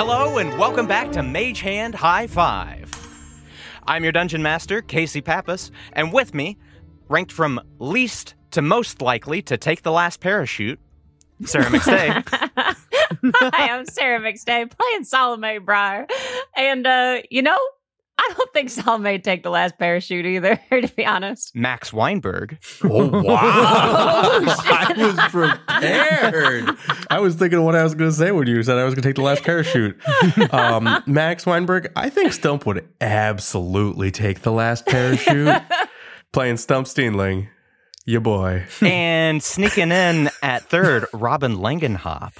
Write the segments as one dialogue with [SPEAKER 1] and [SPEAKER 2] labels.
[SPEAKER 1] Hello, and welcome back to Mage Hand High Five. I'm your dungeon master, Casey Pappas, and with me, ranked from least to most likely to take the last parachute, Sarah McStay.
[SPEAKER 2] Hi, I'm Sarah McStay playing Salome Briar. And, uh, you know, I don't think Salome take the last parachute either, to be honest.
[SPEAKER 1] Max Weinberg.
[SPEAKER 3] Oh wow! I was prepared. I was thinking of what I was going to say when you said I was going to take the last parachute. Um, Max Weinberg, I think Stump would absolutely take the last parachute. Playing Stump Steenling, your boy.
[SPEAKER 1] And sneaking in at third, Robin Langenhop.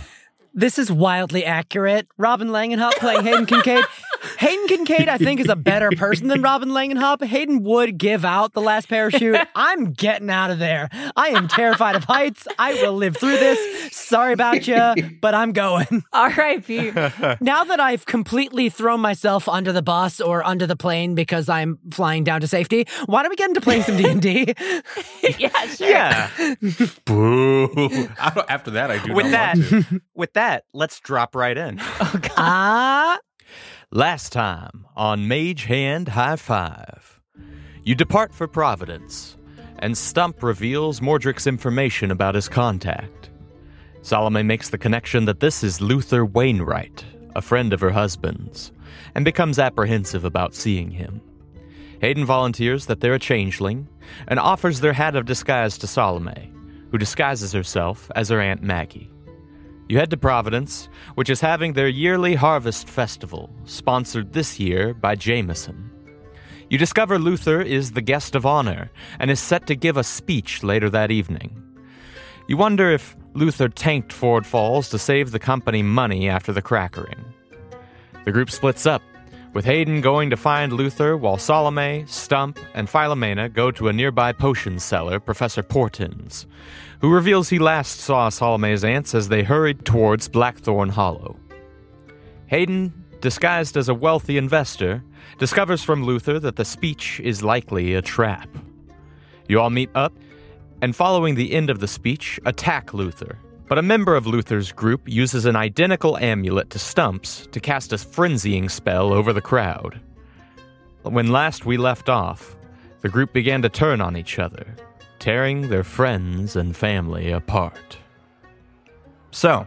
[SPEAKER 4] This is wildly accurate. Robin Langenhop playing Hayden Kincaid. Hayden Kincaid, I think, is a better person than Robin Langenhop. Hayden would give out the last parachute. I'm getting out of there. I am terrified of heights. I will live through this. Sorry about you, but I'm going.
[SPEAKER 2] R.I.P.
[SPEAKER 4] Now that I've completely thrown myself under the bus or under the plane because I'm flying down to safety, why don't we get into playing some D&D?
[SPEAKER 2] yeah, sure.
[SPEAKER 1] Yeah.
[SPEAKER 3] Boo! I don't, after that, I do
[SPEAKER 1] With
[SPEAKER 3] not
[SPEAKER 1] that,
[SPEAKER 3] Want to.
[SPEAKER 1] with that, let's drop right in.
[SPEAKER 4] Ah,
[SPEAKER 1] Last time on Mage Hand High Five, you depart for Providence, and Stump reveals Mordrick's information about his contact. Salome makes the connection that this is Luther Wainwright, a friend of her husband's, and becomes apprehensive about seeing him. Hayden volunteers that they're a changeling and offers their hat of disguise to Salome, who disguises herself as her Aunt Maggie. You head to Providence, which is having their yearly harvest festival, sponsored this year by Jameson. You discover Luther is the guest of honor and is set to give a speech later that evening. You wonder if Luther tanked Ford Falls to save the company money after the crackering. The group splits up, with Hayden going to find Luther while Salome, Stump, and Philomena go to a nearby potion seller, Professor Portins, who reveals he last saw Salome's aunts as they hurried towards Blackthorn Hollow. Hayden, disguised as a wealthy investor, discovers from Luther that the speech is likely a trap. You all meet up, and following the end of the speech, attack Luther. But a member of Luther's group uses an identical amulet to Stump's to cast a frenzying spell over the crowd. When last we left off, the group began to turn on each other, tearing their friends and family apart. So,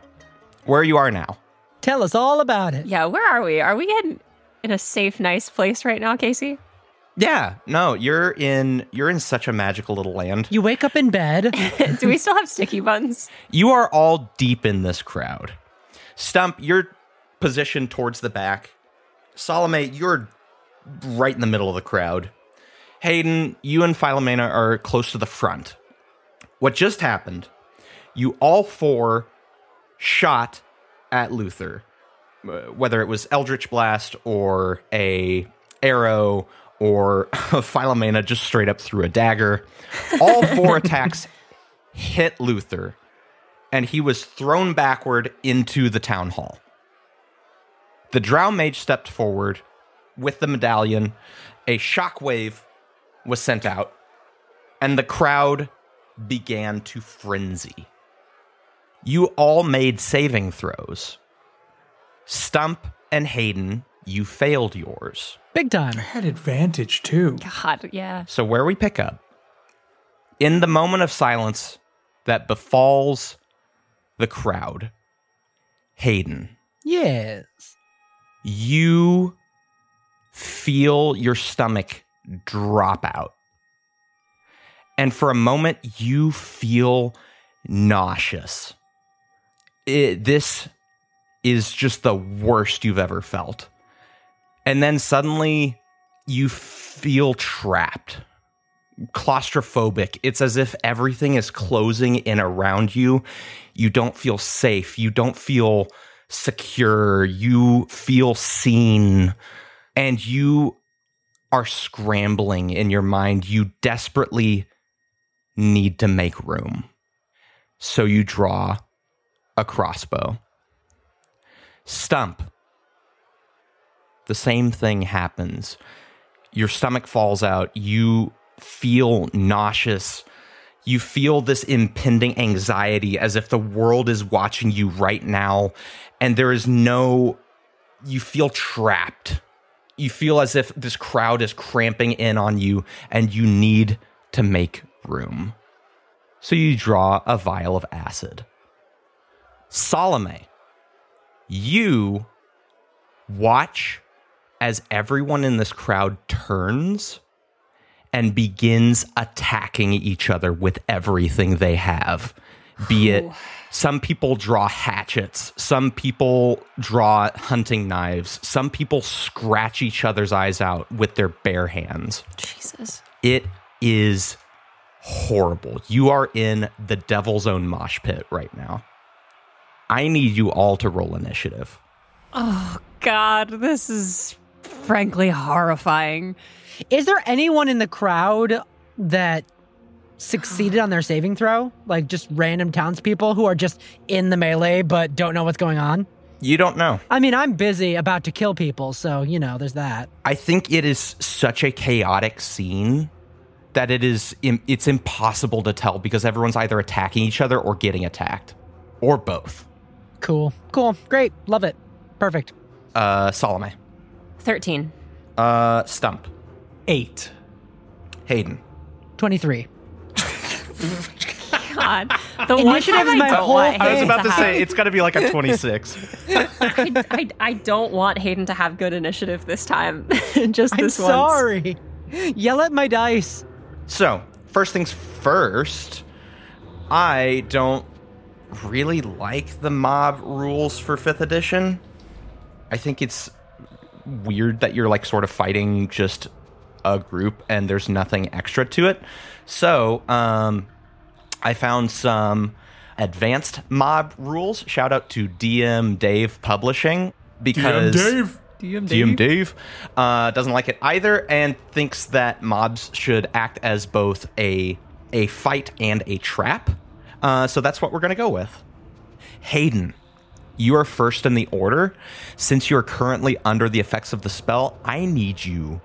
[SPEAKER 1] where you are now?
[SPEAKER 4] tell us all about it.
[SPEAKER 2] Yeah, where are we? Are we in, in a safe, nice place right now, Casey?
[SPEAKER 1] Yeah, no, you're in you're in such a magical little land.
[SPEAKER 4] You wake up in bed.
[SPEAKER 2] Do we still have sticky buns?
[SPEAKER 1] You are all deep in this crowd. Stump, you're positioned towards the back. Salome, you're right in the middle of the crowd. Hayden, you and Philomena are close to the front. What just happened? You all four shot at Luther, uh, whether it was Eldritch Blast or a arrow or Philomena just straight up threw a dagger. All four attacks hit Luther and he was thrown backward into the town hall. The drow mage stepped forward with the medallion, a shockwave was sent out, and the crowd began to frenzy. You all made saving throws. Stump and Hayden, you failed yours.
[SPEAKER 4] Big time.
[SPEAKER 5] had advantage too.
[SPEAKER 2] God, yeah.
[SPEAKER 1] So, where we pick up in the moment of silence that befalls the crowd, Hayden,
[SPEAKER 4] Yes.
[SPEAKER 1] you feel your stomach drop out. And for a moment, you feel nauseous. It- this is just the worst you've ever felt. And then suddenly, you feel trapped, claustrophobic. It's as if everything is closing in around you. You don't feel safe. You don't feel secure. You feel seen. And you are scrambling in your mind. You desperately need to make room. So you draw a crossbow. Stump. The same thing happens. Your stomach falls out. You feel nauseous. You feel this impending anxiety as if the world is watching you right now and there is no you feel trapped. You feel as if this crowd is cramping in on you and you need to make room. So you draw a vial of acid. Salome, you watch as everyone in this crowd turns and begins attacking each other with everything they have. Be it some people draw hatchets, some people draw hunting knives, some people scratch each other's eyes out with their bare hands.
[SPEAKER 2] Jesus.
[SPEAKER 1] It is horrible. You are in the devil's own mosh pit right now. I need you all to roll initiative.
[SPEAKER 2] Oh God, this is frankly horrifying.
[SPEAKER 4] Is there anyone in the crowd that succeeded on their saving throw? Like just random townspeople who are just in the melee but don't know what's going on?
[SPEAKER 1] You don't know.
[SPEAKER 4] I mean, I'm busy about to kill people, so you know, there's that.
[SPEAKER 1] I think it is such a chaotic scene that it is im- it's impossible to tell because everyone's either attacking each other or getting attacked or both.
[SPEAKER 4] Cool. Cool. Great. Love it. Perfect.
[SPEAKER 1] Uh, Salome,
[SPEAKER 2] Thirteen.
[SPEAKER 1] uh, Stump,
[SPEAKER 6] Eight.
[SPEAKER 1] Hayden.
[SPEAKER 4] 23.
[SPEAKER 2] God, the
[SPEAKER 4] Initiative
[SPEAKER 2] one time
[SPEAKER 4] is my
[SPEAKER 2] I don't
[SPEAKER 4] whole
[SPEAKER 2] want
[SPEAKER 4] thing.
[SPEAKER 2] Hayden
[SPEAKER 4] I was about
[SPEAKER 2] have-
[SPEAKER 1] it's got to be like a twenty-six.
[SPEAKER 2] I, I, I don't want Hayden to have good initiative this time. Just
[SPEAKER 4] I'm
[SPEAKER 2] this once.
[SPEAKER 4] sorry. Yell at my dice.
[SPEAKER 1] so first things first, I don't really like the mob rules for fifth edition. I think it's weird that you're like sort of fighting just a group and there's nothing extra to it. So, um, I found some advanced mob rules. Shout out to DM Dave Publishing because
[SPEAKER 3] Dave.
[SPEAKER 1] DM Dave, uh, doesn't like it either and thinks that mobs should act as both a a fight and a trap. Uh, so that's what we're gonna go with. Hayden, you are first in the order. Since you are currently under the effects of the spell, I need you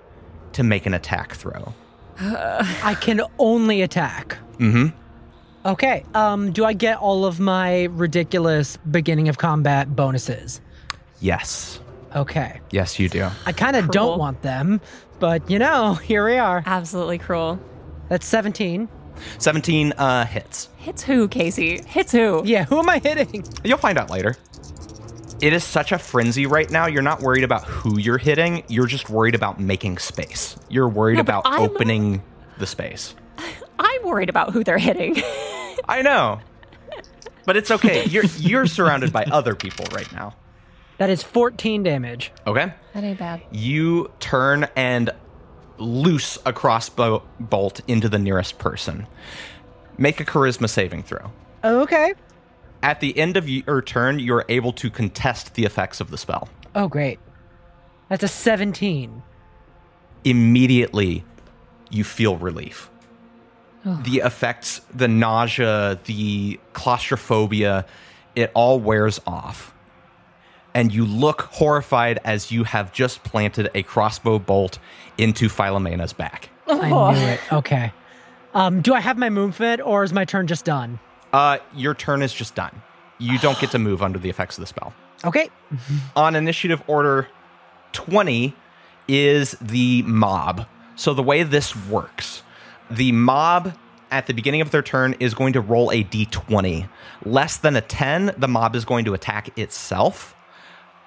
[SPEAKER 1] to make an attack throw.
[SPEAKER 4] I can only attack. Mm-hmm. Okay. Um, do I get all of my ridiculous beginning of combat bonuses?
[SPEAKER 1] Yes,
[SPEAKER 4] Okay.
[SPEAKER 1] yes, you do.
[SPEAKER 4] I kind of don't
[SPEAKER 2] Cool.
[SPEAKER 4] want them, but you know, here we are.
[SPEAKER 2] Absolutely cruel.
[SPEAKER 4] That's 17.
[SPEAKER 1] Seventeen uh, hits.
[SPEAKER 2] Hits who, Casey? Hits who?
[SPEAKER 4] Yeah, who am I hitting?
[SPEAKER 1] You'll find out later. It is such a frenzy right now. You're not worried about who you're hitting. You're just worried about making space. You're worried
[SPEAKER 2] No, but
[SPEAKER 1] about
[SPEAKER 2] I'm-
[SPEAKER 1] opening the space.
[SPEAKER 2] I'm worried about who they're hitting.
[SPEAKER 1] I know. But it's okay. You're you're surrounded by other people right now.
[SPEAKER 4] That is 14 damage.
[SPEAKER 1] Okay?
[SPEAKER 2] that ain't bad.
[SPEAKER 1] You turn and loose a crossbow bolt into the nearest person. Make a charisma saving throw.
[SPEAKER 4] Okay.
[SPEAKER 1] At the end of your turn, you're able to contest the effects of the spell.
[SPEAKER 4] Oh, great. That's a 17.
[SPEAKER 1] immediately you feel relief. The effects, the nausea, the claustrophobia, it all wears off. And you look horrified as you have just planted a crossbow bolt into Philomena's back.
[SPEAKER 2] Oh.
[SPEAKER 4] I knew it. Okay. Um, do I have my movement or is my turn just done?
[SPEAKER 1] Uh, your turn is just done. You don't get to move under the effects of the spell.
[SPEAKER 4] Okay.
[SPEAKER 1] on initiative order 20 is the mob. So the way this works, the mob at the beginning of their turn is going to roll a d20. Less than a 10, the mob is going to attack itself.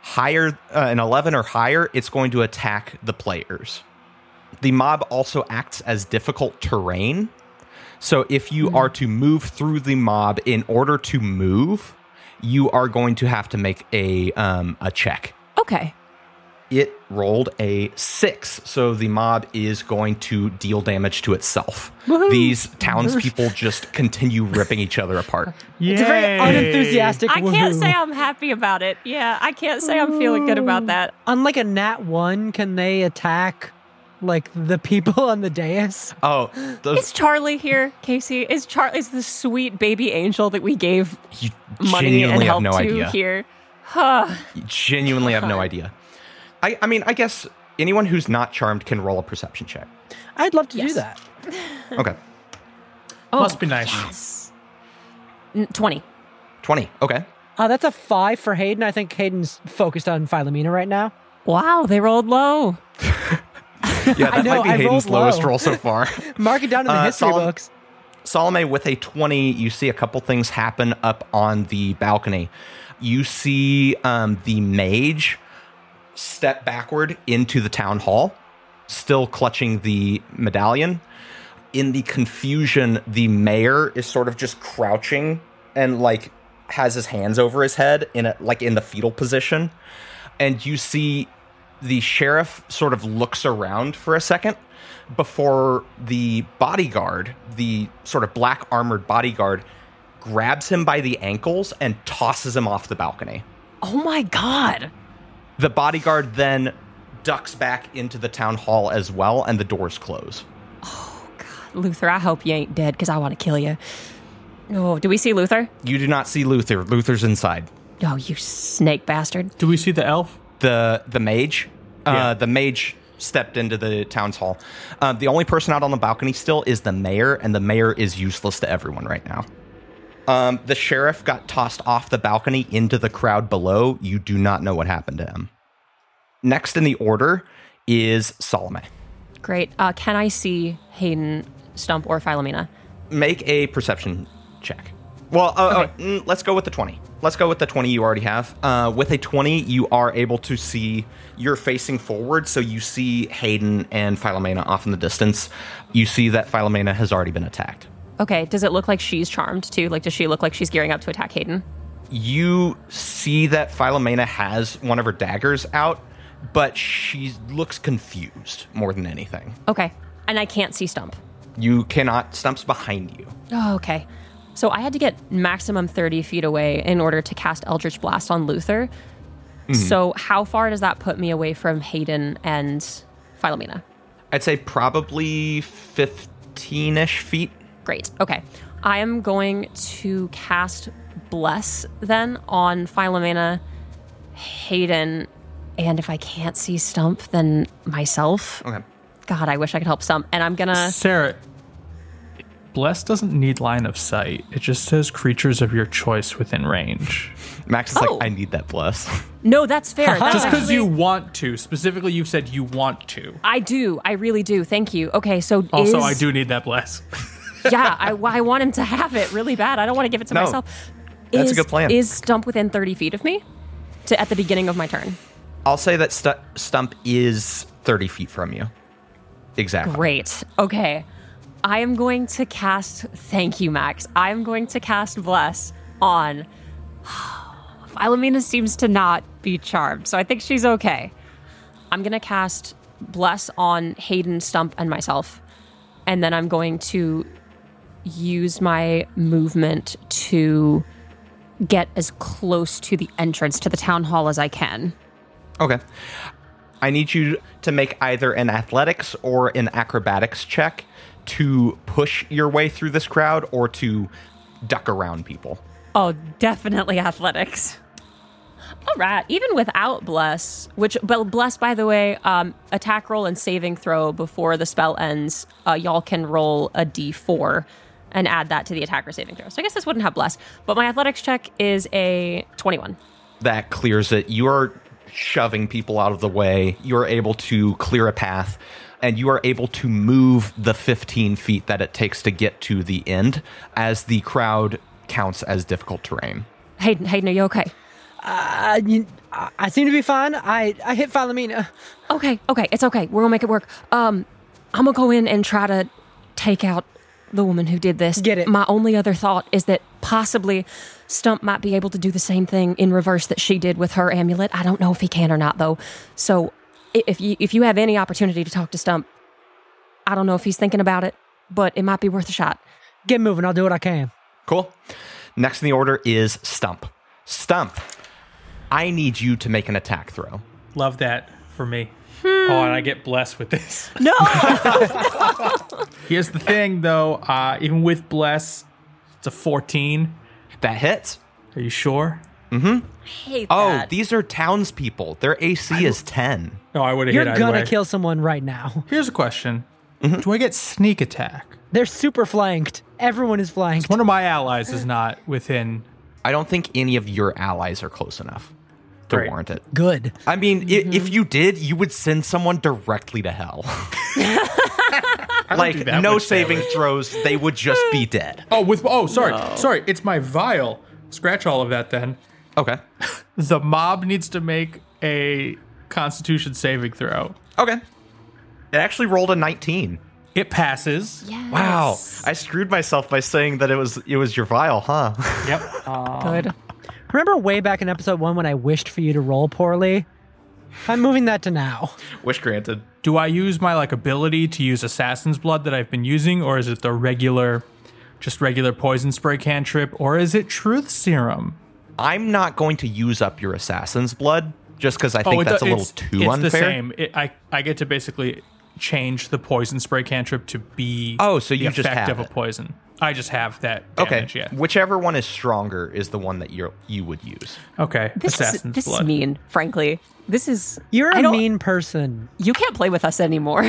[SPEAKER 1] Higher uh, an 11 or higher, it's going to attack the players. The mob also acts as difficult terrain. So if you are to move through the mob in order to move, you are going to have to make a um, a check.
[SPEAKER 2] Okay.
[SPEAKER 1] It rolled a six, so the mob is going to deal damage to itself. These townspeople just continue ripping each other apart.
[SPEAKER 4] It's a very unenthusiastic
[SPEAKER 2] I can't
[SPEAKER 4] woohoo.
[SPEAKER 2] say I'm happy about it. Yeah, I can't say I'm feeling good about that.
[SPEAKER 4] Unlike a nat 1, can they attack like the people on the dais?
[SPEAKER 1] Oh,
[SPEAKER 2] Is
[SPEAKER 1] those
[SPEAKER 2] Charlie here, Casey? Is Char is the sweet baby angel that we gave
[SPEAKER 1] you
[SPEAKER 2] money and
[SPEAKER 1] genuinely have
[SPEAKER 2] help
[SPEAKER 1] no
[SPEAKER 2] to
[SPEAKER 1] idea.
[SPEAKER 2] here? Huh.
[SPEAKER 1] You genuinely have no idea. I, I mean, I guess anyone who's not charmed can roll a perception check.
[SPEAKER 4] I'd love to do
[SPEAKER 2] Yes.
[SPEAKER 4] that.
[SPEAKER 1] Okay,
[SPEAKER 2] Oh,
[SPEAKER 6] Must be nice.
[SPEAKER 2] Yes. N- Twenty.
[SPEAKER 1] twenty. Okay,
[SPEAKER 4] Uh, that's a five for Hayden. I think Hayden's focused on Philomena right now.
[SPEAKER 2] Wow, they rolled low.
[SPEAKER 1] Yeah, that
[SPEAKER 4] know,
[SPEAKER 1] might be
[SPEAKER 4] I
[SPEAKER 1] Hayden's
[SPEAKER 4] rolled low.
[SPEAKER 1] lowest roll so far.
[SPEAKER 4] Mark it down in the
[SPEAKER 1] Uh,
[SPEAKER 4] history
[SPEAKER 1] Solomon-
[SPEAKER 4] books.
[SPEAKER 1] Salome with a 20, you see a couple things happen up on the balcony. You see um, the mage step backward into the town hall, still clutching the medallion. In the confusion, the mayor is sort of just crouching and like has his hands over his head in a, like in the fetal position. And you see the sheriff sort of looks around for a second before the bodyguard, the sort of black armored bodyguard, grabs him by the ankles and tosses him off the balcony.
[SPEAKER 2] Oh my god.
[SPEAKER 1] The bodyguard then ducks back into the town hall as well, and the doors close.
[SPEAKER 2] Luther, I hope you ain't dead because I want to kill you. Oh, do we see Luther?
[SPEAKER 1] You do not see Luther. Luther's inside.
[SPEAKER 2] Oh, you snake bastard.
[SPEAKER 6] Do we see the elf?
[SPEAKER 1] the the mage. Uh, the mage stepped into the town's hall. Uh, the only person out on the balcony still is the mayor, and the mayor is useless to everyone right now. Um, the sheriff got tossed off the balcony into the crowd below. You do not know what happened to him. Next in the order is Solomon.
[SPEAKER 2] Great. Uh, can I see Hayden, Stump, or Philomena?
[SPEAKER 1] Make a perception check. Well, uh, uh, mm, let's go with the 20. Let's go with the 20 you already have. Uh, with a 20, you are able to see, you're facing forward, so you see Hayden and Philomena off in the distance. You see that Philomena has already been attacked.
[SPEAKER 2] Okay. Does it look like she's charmed too? Like, does she look like she's gearing up to attack Hayden?
[SPEAKER 1] You see that Philomena has one of her daggers out, but she looks confused more than anything.
[SPEAKER 2] Okay. And I can't see Stump.
[SPEAKER 1] You cannot, Stump's behind you.
[SPEAKER 2] Oh, okay. So I had to get maximum 30 feet away in order to cast Eldritch Blast on Luther.
[SPEAKER 6] Mm-hmm.
[SPEAKER 2] So, how far does that put me away from Hayden and Philomena?
[SPEAKER 1] I'd say probably 15 ish feet.
[SPEAKER 2] Great. Okay. I am going to cast Bless then on Philomena, Hayden, and if I can't see Stump, then myself.
[SPEAKER 1] Okay.
[SPEAKER 2] God, I wish I could help Stump. And I'm gonna.
[SPEAKER 6] Sarah, Bless doesn't need line of sight. It just says creatures of your choice within range.
[SPEAKER 1] Max is
[SPEAKER 2] Oh.
[SPEAKER 1] like, I need that bless.
[SPEAKER 2] No, that's fair. That's
[SPEAKER 6] Just because
[SPEAKER 2] actually-
[SPEAKER 6] you want to. Specifically, you've said you want to.
[SPEAKER 2] I do. I really do. Thank you. Okay, so
[SPEAKER 6] Also,
[SPEAKER 2] is-
[SPEAKER 6] I do need that bless.
[SPEAKER 2] yeah, I, I want him to have it really bad. I don't want to give it to
[SPEAKER 1] No.
[SPEAKER 2] myself.
[SPEAKER 1] That's a
[SPEAKER 2] Is-
[SPEAKER 1] good plan.
[SPEAKER 2] Is Stump within 30 feet of me? To at the beginning of my turn.
[SPEAKER 1] I'll say that stu- Stump is 30 feet from you. Exactly.
[SPEAKER 2] Great. Okay. I am going to cast. Thank you, Max. I am going to cast Bless on. Philomena seems to not be charmed, so I think she's okay. I'm going to cast Bless on Hayden, Stump, and myself. And then I'm going to use my movement to get as close to the entrance to the town hall as I can.
[SPEAKER 1] Okay. I need you to make either an athletics or an acrobatics check to push your way through this crowd or to duck around people.
[SPEAKER 2] Oh, definitely athletics. All right. Even without bless, which but bless by the way, um, attack roll and saving throw before the spell ends, uh, y'all can roll a d4 and add that to the attacker saving throw. So I guess this wouldn't have bless, but my athletics check is a 21.
[SPEAKER 1] That clears it. You are shoving people out of the way. You are able to clear a path and you are able to move the 15 feet that it takes to get to the end as the crowd counts as difficult terrain.
[SPEAKER 2] Hayden, Hayden, are you okay?
[SPEAKER 4] Uh, you, I I seem to be fine. I, I hit Philomena.
[SPEAKER 2] Okay, okay, it's okay. We're gonna make it work. Um, I'm gonna go in and try to take out the woman who did this.
[SPEAKER 4] Get it.
[SPEAKER 2] My only other thought is that possibly Stump might be able to do the same thing in reverse that she did with her amulet. I don't know if he can or not, though. So, i- if you if you have any opportunity to talk to Stump, I don't know if he's thinking about it, but it might be worth a shot.
[SPEAKER 4] Get moving. I'll do what I can.
[SPEAKER 1] Cool. Next in the order is Stump. Stump, I need you to make an attack throw.
[SPEAKER 6] Love that for me.
[SPEAKER 4] Hmm.
[SPEAKER 6] Oh, and I get blessed with this.
[SPEAKER 2] No,
[SPEAKER 6] Here's the thing, though. Uh, even with bless, it's a 14.
[SPEAKER 1] That hits.
[SPEAKER 6] Are you sure?
[SPEAKER 2] hate
[SPEAKER 1] Oh,
[SPEAKER 2] that.
[SPEAKER 1] these are townspeople. Their AC is 10.
[SPEAKER 6] No, Oh, I would have
[SPEAKER 4] You're
[SPEAKER 6] hit either
[SPEAKER 4] gonna
[SPEAKER 6] way.
[SPEAKER 4] kill Mm-hmm. someone right now.
[SPEAKER 6] Here's a question: Do I get sneak attack?
[SPEAKER 4] They're super flanked. Everyone is flanked.
[SPEAKER 6] One of my allies is not within
[SPEAKER 1] I don't think any of your allies are close enough to
[SPEAKER 6] Great.
[SPEAKER 1] warrant it.
[SPEAKER 4] Good.
[SPEAKER 1] I mean, i if
[SPEAKER 6] Mm-hmm.
[SPEAKER 1] you did, you would send someone directly to hell. like
[SPEAKER 6] that
[SPEAKER 1] no
[SPEAKER 6] much
[SPEAKER 1] saving throws, they would just be dead.
[SPEAKER 6] Oh, with oh, sorry, sorry, it's my vial. Scratch all of that then.
[SPEAKER 1] Okay.
[SPEAKER 6] The mob needs to make a Constitution saving throw.
[SPEAKER 1] Okay. It actually rolled a 19.
[SPEAKER 6] It passes.
[SPEAKER 2] Yes.
[SPEAKER 1] Wow. I screwed myself by saying that it was it was your vial, huh?
[SPEAKER 6] Yep.
[SPEAKER 2] Good.
[SPEAKER 4] Remember way back in episode one when I wished for you to roll poorly? I'm moving that to now.
[SPEAKER 1] Wish granted.
[SPEAKER 6] Do I use my like ability to use assassin's blood that I've been using, or is it the regular, just regular poison spray cantrip, or is it truth serum?
[SPEAKER 1] I'm not going to use up your assassin's blood just because I think
[SPEAKER 6] Oh, it-
[SPEAKER 1] that's a little
[SPEAKER 6] it's-
[SPEAKER 1] too
[SPEAKER 6] it's
[SPEAKER 1] unfair.
[SPEAKER 6] the same. It, I I get to basically change the poison spray cantrip to be
[SPEAKER 1] Oh, so you
[SPEAKER 6] the
[SPEAKER 1] just
[SPEAKER 6] effect
[SPEAKER 1] have
[SPEAKER 6] of a
[SPEAKER 1] it.
[SPEAKER 6] poison. I just have that.
[SPEAKER 1] Okay.
[SPEAKER 6] Damage, yeah.
[SPEAKER 1] Whichever one is stronger is the one that you you would use.
[SPEAKER 6] Okay.
[SPEAKER 2] This is
[SPEAKER 6] assassin's
[SPEAKER 2] this
[SPEAKER 6] blood.
[SPEAKER 2] is mean, frankly. This is
[SPEAKER 4] You're
[SPEAKER 2] I
[SPEAKER 4] a
[SPEAKER 2] don't-
[SPEAKER 4] mean person.
[SPEAKER 2] You can't play with us anymore.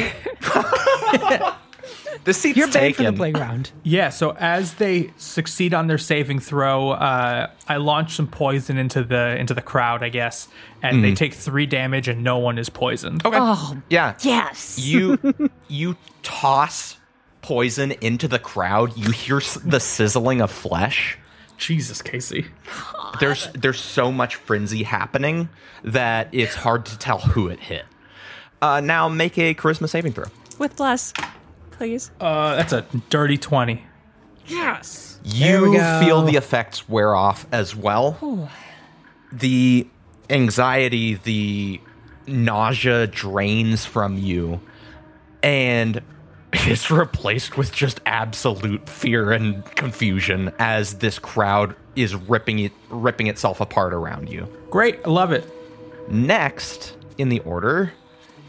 [SPEAKER 1] This seat's
[SPEAKER 4] You're banned
[SPEAKER 1] taken.
[SPEAKER 4] from the playground.
[SPEAKER 6] Yeah, so as they succeed on their saving throw, uh, I launch some poison into the into the crowd, I guess, and they take three damage, and no one is poisoned.
[SPEAKER 1] Okay. yeah.
[SPEAKER 2] yes.
[SPEAKER 1] You you toss poison into the crowd. You hear s- the sizzling of flesh.
[SPEAKER 6] Jesus, Casey.
[SPEAKER 1] There's there's so much frenzy happening that it's hard to tell who it hit. Uh, now make a charisma saving throw.
[SPEAKER 2] with bless, please.
[SPEAKER 6] Uh, that's a dirty twenty.
[SPEAKER 2] yes.
[SPEAKER 4] we
[SPEAKER 1] You
[SPEAKER 4] go.
[SPEAKER 1] feel the effects wear off as well. The anxiety, the nausea drains from you and is replaced with just absolute fear and confusion as this crowd is ripping it ripping itself apart around you.
[SPEAKER 6] Great, I love it.
[SPEAKER 1] Next in the order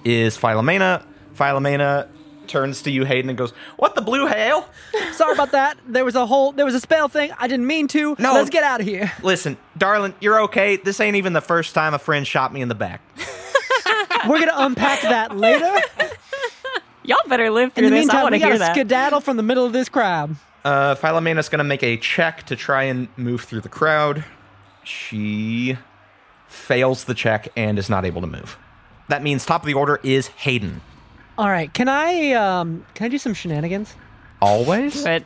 [SPEAKER 1] is Philomena. Philomena turns to you, Hayden, and goes, What the blue hail?
[SPEAKER 4] Sorry about that. There was a whole there was a spell thing. I didn't mean to.
[SPEAKER 1] No.
[SPEAKER 4] Let's get out of here.
[SPEAKER 1] Listen, darling, you're okay. This ain't even the first time a friend shot me in the back.
[SPEAKER 4] We're gonna unpack that later.
[SPEAKER 2] Y'all better live
[SPEAKER 4] In
[SPEAKER 2] through this.
[SPEAKER 4] the
[SPEAKER 2] I
[SPEAKER 4] meantime,
[SPEAKER 2] want
[SPEAKER 4] we
[SPEAKER 2] to hear
[SPEAKER 4] gotta
[SPEAKER 2] that.
[SPEAKER 4] skedaddle from the middle of this crowd.
[SPEAKER 1] Uh, Philomena's gonna make a check to try and move through the crowd. She fails the check and is not able to move. That means top of the order is Hayden.
[SPEAKER 4] All right, can I um can I do some shenanigans?
[SPEAKER 1] Always?
[SPEAKER 2] do it.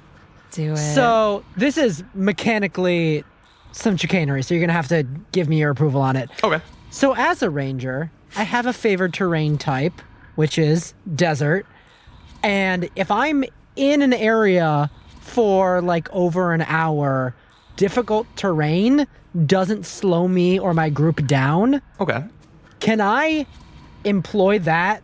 [SPEAKER 2] Do it.
[SPEAKER 4] So this is mechanically some chicanery, so you're gonna have to give me your approval on it.
[SPEAKER 1] Okay.
[SPEAKER 4] So, as a ranger, I have a favored terrain type, which is desert. And if I'm in an area for like over an hour, difficult terrain doesn't slow me or my group down.
[SPEAKER 1] Okay.
[SPEAKER 4] Can I employ that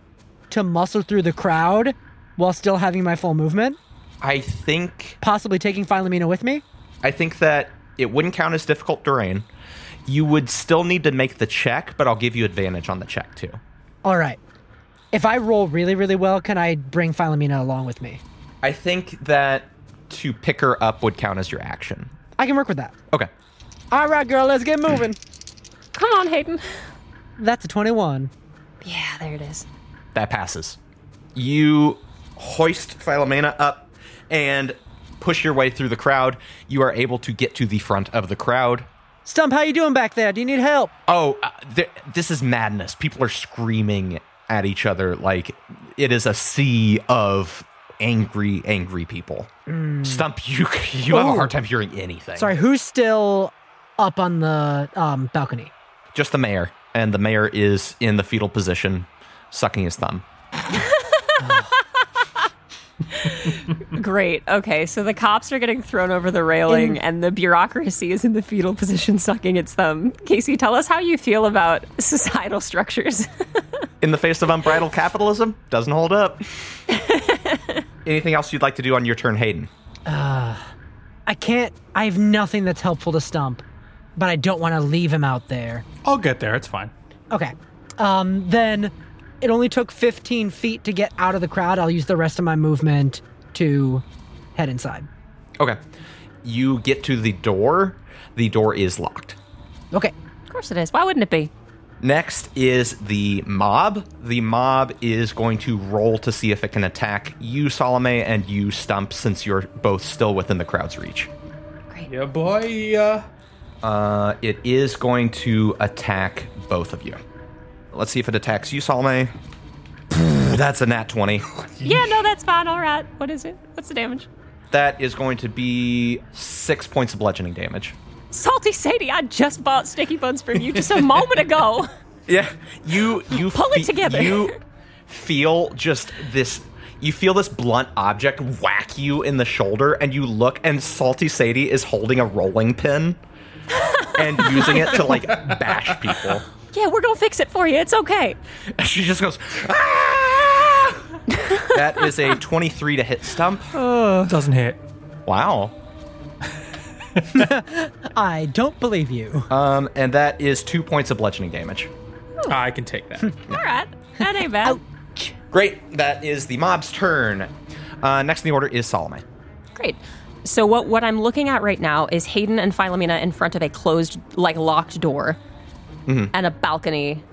[SPEAKER 4] to muscle through the crowd while still having my full movement?
[SPEAKER 1] I think
[SPEAKER 4] Possibly taking Philomena with me?
[SPEAKER 1] I think that it wouldn't count as difficult terrain. You would still need to make the check, but I'll give you advantage on the check too.
[SPEAKER 4] All right. If I roll really, really well, can I bring Philomena along with me?
[SPEAKER 1] I think that to pick her up would count as your action.
[SPEAKER 4] I can work with that.
[SPEAKER 1] Okay.
[SPEAKER 4] All right, girl, let's get moving.
[SPEAKER 2] come on, Hayden.
[SPEAKER 4] That's a 21.
[SPEAKER 2] Yeah, there it is.
[SPEAKER 1] That passes. You hoist Philomena up and push your way through the crowd. You are able to get to the front of the crowd.
[SPEAKER 4] Stump, how you doing back there? Do you need help?
[SPEAKER 1] Oh, uh, th- this is madness. People are screaming at each other like it is a sea of angry, angry people. Stump, you you have a
[SPEAKER 4] Oh.
[SPEAKER 1] hard time hearing anything.
[SPEAKER 4] Sorry, who's still up on the um, balcony?
[SPEAKER 1] Just the mayor. And the mayor is in the fetal position, sucking his thumb.
[SPEAKER 2] Great. Okay, so the cops are getting thrown over the railing, and the bureaucracy is in the fetal position, sucking its thumb. Casey, tell us how you feel about societal structures.
[SPEAKER 1] in the face of unbridled capitalism doesn't hold up. Anything else you'd like to do on your turn, Hayden?
[SPEAKER 4] I can't. I have nothing that's helpful to Stump, but I don't want to leave him out there.
[SPEAKER 6] I'll get there. It's fine.
[SPEAKER 4] Okay. Um, then it only took 15 feet to get out of the crowd. I'll use the rest of my movement to head inside.
[SPEAKER 1] Okay. You get to the door. The door is locked.
[SPEAKER 4] Okay.
[SPEAKER 2] of course it is. Why wouldn't it be?
[SPEAKER 1] Next is the mob. The mob is going to roll to see if it can attack you, Salome, and you, Stump, since you're both still within the crowd's reach.
[SPEAKER 2] Great.
[SPEAKER 6] Yeah, boy. Uh,
[SPEAKER 1] Uh, it is going to attack both of you. Let's see if it attacks you, Salome. That's a nat 20.
[SPEAKER 2] Yeah, no, that's fine. All right. What is it? What's the damage?
[SPEAKER 1] That is going to be six points of bludgeoning damage.
[SPEAKER 2] Salty Sadie, I just bought sticky buns from you just a moment ago.
[SPEAKER 1] Yeah, you you
[SPEAKER 2] Pull it together.
[SPEAKER 1] You feel just this. You feel this blunt object whack you in the shoulder, and you look, and Salty Sadie is holding a rolling pin and using it to like bash people.
[SPEAKER 2] Yeah, we're gonna fix it for you. It's okay.
[SPEAKER 1] And she just goes. "Ah!" that is a twenty-three to hit stump.
[SPEAKER 6] Oh, Doesn't hit.
[SPEAKER 1] Wow.
[SPEAKER 4] I don't believe you.
[SPEAKER 2] Uh.
[SPEAKER 1] Um, and that is two points of bludgeoning damage.
[SPEAKER 6] Ah, I can take that.
[SPEAKER 2] All right. That ain't
[SPEAKER 4] Oh,
[SPEAKER 2] bad.
[SPEAKER 1] Great. That is the mob's turn. Uh, next in the order is Solomon.
[SPEAKER 2] Great. So what what I'm looking at right now is Hayden and Philomena in front of a closed, like locked door, and a balcony.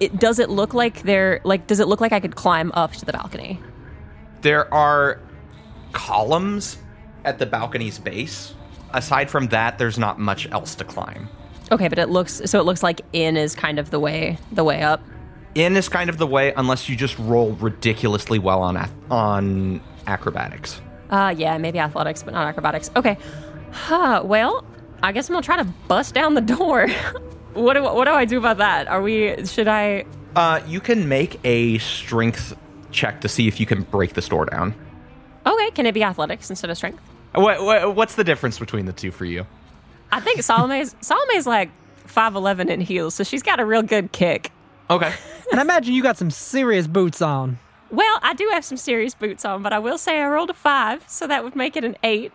[SPEAKER 2] It does it look like they're like? Does it look like I could climb up to the balcony?
[SPEAKER 1] There are columns at the balcony's base. Aside from that, there's not much else to climb.
[SPEAKER 2] Okay, but it looks so. It looks like in is kind of the way the way up.
[SPEAKER 1] In is kind of the way, unless you just roll ridiculously well on ath- on acrobatics.
[SPEAKER 2] Uh, yeah, maybe athletics, but not acrobatics. Okay. Huh, well, I guess I'm gonna try to bust down the door. what do what do I do about that? Are we? Should I?
[SPEAKER 1] Uh, you can make a strength check to see if you can break this door down.
[SPEAKER 2] Okay, can it be athletics instead of strength?
[SPEAKER 1] What, what, what's the difference between the two for you?
[SPEAKER 2] I think Salome's Salome's like five eleven in heels, so she's got a real good kick.
[SPEAKER 1] Okay.
[SPEAKER 4] And I imagine you got some serious boots on.
[SPEAKER 2] Well, I do have some serious boots on, but I will say I rolled a five, so that would make it an eight.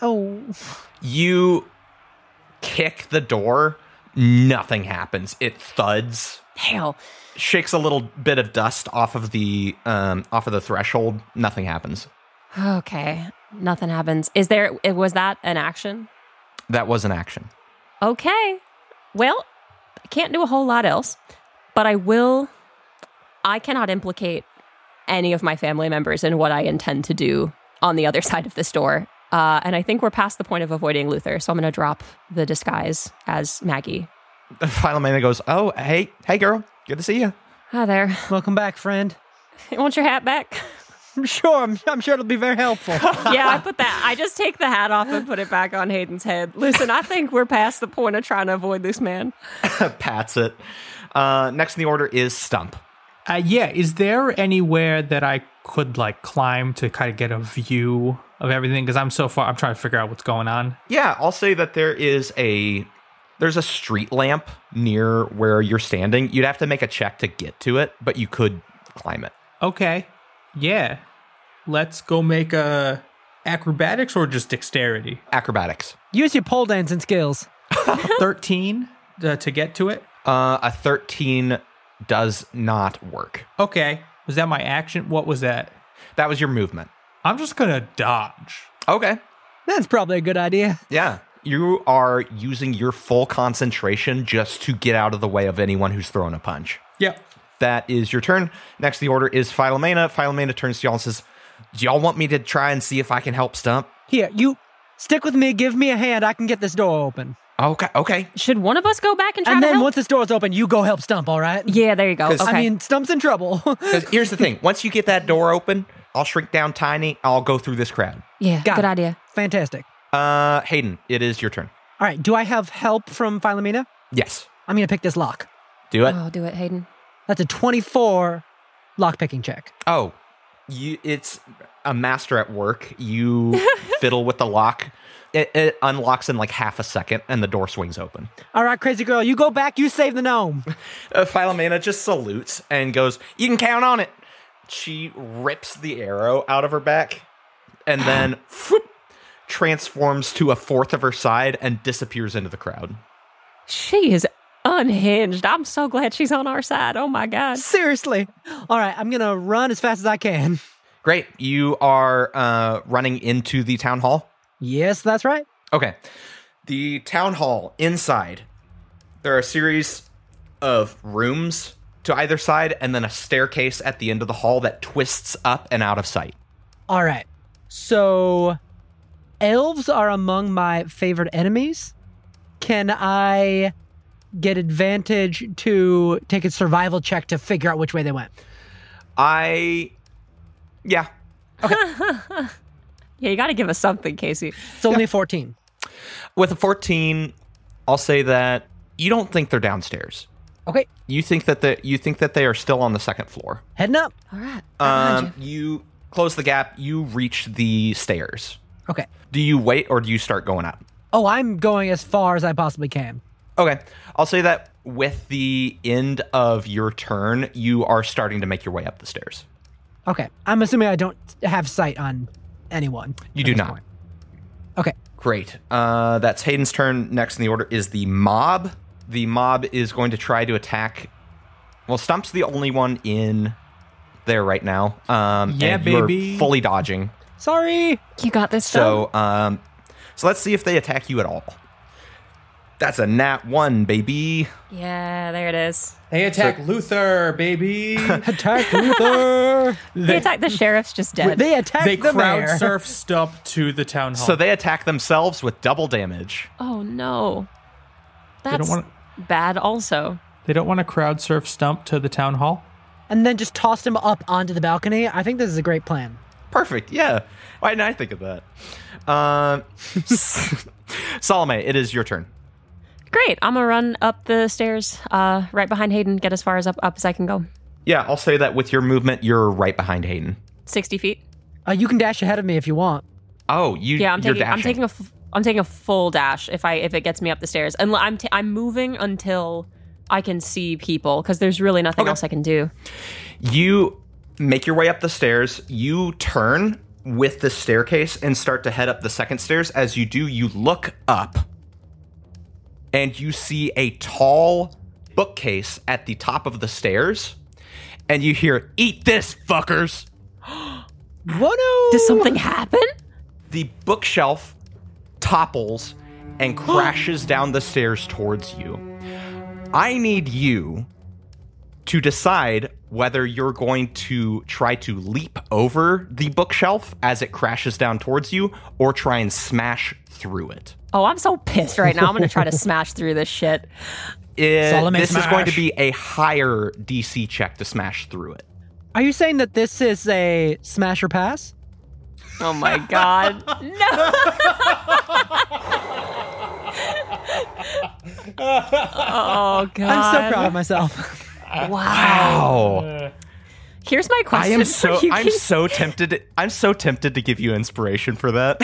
[SPEAKER 4] Oh,
[SPEAKER 1] You kick the door, nothing happens. It thuds.
[SPEAKER 2] Hell,
[SPEAKER 1] shakes a little bit of dust off of the um off of the threshold nothing happens
[SPEAKER 2] okay, nothing happens. Is there? Was that an action?
[SPEAKER 1] that was an action
[SPEAKER 2] Okay. Well, I can't do a whole lot else, but I will. I cannot implicate any of my family members in what I intend to do on the other side of this door. Uh, and I think we're past the point of avoiding Luther, so I'm going to drop the disguise as Maggie.
[SPEAKER 1] philomena goes oh hey hey girl good to see you
[SPEAKER 2] Hi there.
[SPEAKER 4] welcome back, friend.
[SPEAKER 2] Want your hat back?
[SPEAKER 4] I'm sure. I'm, I'm sure it'll be very helpful.
[SPEAKER 2] yeah, I put that. I just take the hat off and put it back on Hayden's head. Listen, I think we're past the point of trying to avoid this man.
[SPEAKER 1] pats it uh next in the order is stump
[SPEAKER 6] Uh, yeah, is there anywhere that I could like climb to kind of get a view of everything? Because I'm so far, I'm trying to figure out what's going on.
[SPEAKER 1] yeah i'll say that there is a there's a street lamp near where you're standing you'd have to make a check to get to it but you could climb it
[SPEAKER 6] Okay, yeah, let's go make a acrobatics or just dexterity.
[SPEAKER 1] acrobatics
[SPEAKER 4] Use your pole dancing skills.
[SPEAKER 6] Thirteen uh, to get to it.
[SPEAKER 1] uh a 13 does not work
[SPEAKER 6] Okay, was that my action? What was that?
[SPEAKER 1] that was your movement
[SPEAKER 6] I'm just gonna dodge.
[SPEAKER 1] okay
[SPEAKER 4] That's probably a good idea.
[SPEAKER 1] Yeah. You are using your full concentration just to get out of the way of anyone who's thrown a punch.
[SPEAKER 6] Yep.
[SPEAKER 1] That is your turn. Next, the order is Philomena. Philomena turns to y'all and says, Do y'all want me to try and see if I can help Stump?
[SPEAKER 4] Here, you stick with me. Give me a hand. I can get this door open.
[SPEAKER 1] Okay, okay.
[SPEAKER 2] Should one of us go back and try
[SPEAKER 4] and
[SPEAKER 2] to
[SPEAKER 4] then
[SPEAKER 2] help?
[SPEAKER 4] once this door's open, you go help Stump. All right.
[SPEAKER 2] yeah, there you go.
[SPEAKER 1] 'Cause-
[SPEAKER 2] Okay.
[SPEAKER 4] I mean, Stump's in trouble.
[SPEAKER 1] 'Cause here's the thing once you get that door open, I'll shrink down tiny. I'll go through this crowd.
[SPEAKER 2] yeah,
[SPEAKER 4] Got
[SPEAKER 2] good
[SPEAKER 4] it.
[SPEAKER 2] idea.
[SPEAKER 4] Fantastic.
[SPEAKER 1] Uh, Hayden, it is your turn.
[SPEAKER 4] All right. Do I have help from Philomena?
[SPEAKER 1] Yes.
[SPEAKER 4] I'm gonna pick this lock.
[SPEAKER 1] Do it.
[SPEAKER 2] Oh, do it, Hayden.
[SPEAKER 4] That's a 24 lock picking check.
[SPEAKER 1] Oh, you, it's a master at work. You fiddle with the lock, it, it unlocks in like half a second, and the door swings open.
[SPEAKER 4] All right, crazy girl, you go back. You save the gnome.
[SPEAKER 1] Uh, Philomena just salutes and goes, You can count on it. She rips the arrow out of her back and then whoop, transforms to a fourth of her side and disappears into the crowd.
[SPEAKER 2] She is unhinged. I'm so glad she's on our side. Oh my god.
[SPEAKER 4] Seriously. All right, I'm gonna run as fast as I can.
[SPEAKER 1] Great. You are uh, running into the town hall.
[SPEAKER 4] Yes, that's right.
[SPEAKER 1] Okay. The town hall inside, there are a series of rooms to either side and then a staircase at the end of the hall that twists up and out of sight.
[SPEAKER 4] All right. So, elves are among my favorite enemies. can I get advantage to take a survival check to figure out which way they went?
[SPEAKER 1] I, yeah,
[SPEAKER 2] Yeah, you got to give us something, Casey.
[SPEAKER 4] It's only a 14.
[SPEAKER 1] with a 14, I'll say that you don't think they're downstairs.
[SPEAKER 4] Okay,
[SPEAKER 1] You think that the you think that they are still on the second floor.
[SPEAKER 4] heading up.
[SPEAKER 2] All right.
[SPEAKER 1] Um, you close the gap. You reach the stairs.
[SPEAKER 4] Okay.
[SPEAKER 1] Do you wait or do you start going up?
[SPEAKER 4] Oh, I'm going as far as I possibly can.
[SPEAKER 1] Okay. I'll say that with the end of your turn, you are starting to make your way up the stairs.
[SPEAKER 4] Okay. I'm assuming I don't have sight on anyone.
[SPEAKER 1] You do not.
[SPEAKER 4] Okay.
[SPEAKER 1] Great. Uh, that's Hayden's turn. Next in the order is the mob. The mob is going to try to attack. Well, Stump's the only one in there right now. Um,
[SPEAKER 6] Yeah,
[SPEAKER 1] and you're
[SPEAKER 6] baby.
[SPEAKER 1] fully dodging.
[SPEAKER 4] Sorry.
[SPEAKER 2] You got this.
[SPEAKER 1] So, um, so let's see if they attack you at all. That's a nat one, baby.
[SPEAKER 2] Dom? Yeah, there it is.
[SPEAKER 3] Hey, attack Luther, baby.
[SPEAKER 4] Attack Luther.
[SPEAKER 2] They attacked the sheriff's just dead.
[SPEAKER 4] they attacked
[SPEAKER 6] They
[SPEAKER 4] the
[SPEAKER 6] crowd
[SPEAKER 4] mayor.
[SPEAKER 6] surf Stump to the town hall.
[SPEAKER 1] So they attack themselves with double damage.
[SPEAKER 2] oh no,
[SPEAKER 6] They don't
[SPEAKER 2] that's
[SPEAKER 6] want
[SPEAKER 2] bad. Also,
[SPEAKER 6] they don't want to crowd surf Stump to the town hall.
[SPEAKER 4] and then just tossed him up onto the balcony. I think this is a great plan.
[SPEAKER 1] Perfect. Yeah. Why didn't I think of that? Um, Salome, it is your turn.
[SPEAKER 2] great. I'm gonna run up the stairs, uh, right behind Hayden. Get as far as up, up as I can go.
[SPEAKER 1] Yeah, I'll say that with your movement, you're right behind Hayden.
[SPEAKER 2] Sixty feet.
[SPEAKER 4] Uh, you can dash ahead of me if you want.
[SPEAKER 1] Oh, you.
[SPEAKER 2] Yeah, I'm
[SPEAKER 1] you're
[SPEAKER 2] taking. I'm
[SPEAKER 1] dashing.
[SPEAKER 2] taking a. F- I'm taking a full dash if I if it gets me up the stairs. And I'm t- I'm moving until I can see people because there's really nothing
[SPEAKER 1] Okay.
[SPEAKER 2] else I can do.
[SPEAKER 1] You make your way up the stairs. You turn with the staircase and start to head up the second stairs. As you do, you look up and you see a tall bookcase at the top of the stairs, and you hear "Eat this, fuckers."
[SPEAKER 4] Whoa!
[SPEAKER 2] Does something happen?
[SPEAKER 1] the bookshelf topples and crashes down the stairs towards you. I need you to decide whether you're going to try to leap over the bookshelf as it crashes down towards you or try and smash through it.
[SPEAKER 2] Oh, I'm so pissed right now. I'm gonna try to smash through this shit.
[SPEAKER 1] It-
[SPEAKER 4] Solomon
[SPEAKER 1] this is going to
[SPEAKER 4] smash.
[SPEAKER 1] be a higher DC check to smash through it.
[SPEAKER 4] Are you saying that this is a smasher pass?
[SPEAKER 2] Oh my god. No. oh god.
[SPEAKER 4] I'm so proud of myself.
[SPEAKER 1] Wow.
[SPEAKER 2] Here's my
[SPEAKER 1] I
[SPEAKER 2] question.
[SPEAKER 1] am
[SPEAKER 2] for
[SPEAKER 1] so
[SPEAKER 2] you,
[SPEAKER 1] I'm
[SPEAKER 2] Keith.
[SPEAKER 1] so tempted I'm so tempted to give you inspiration for that.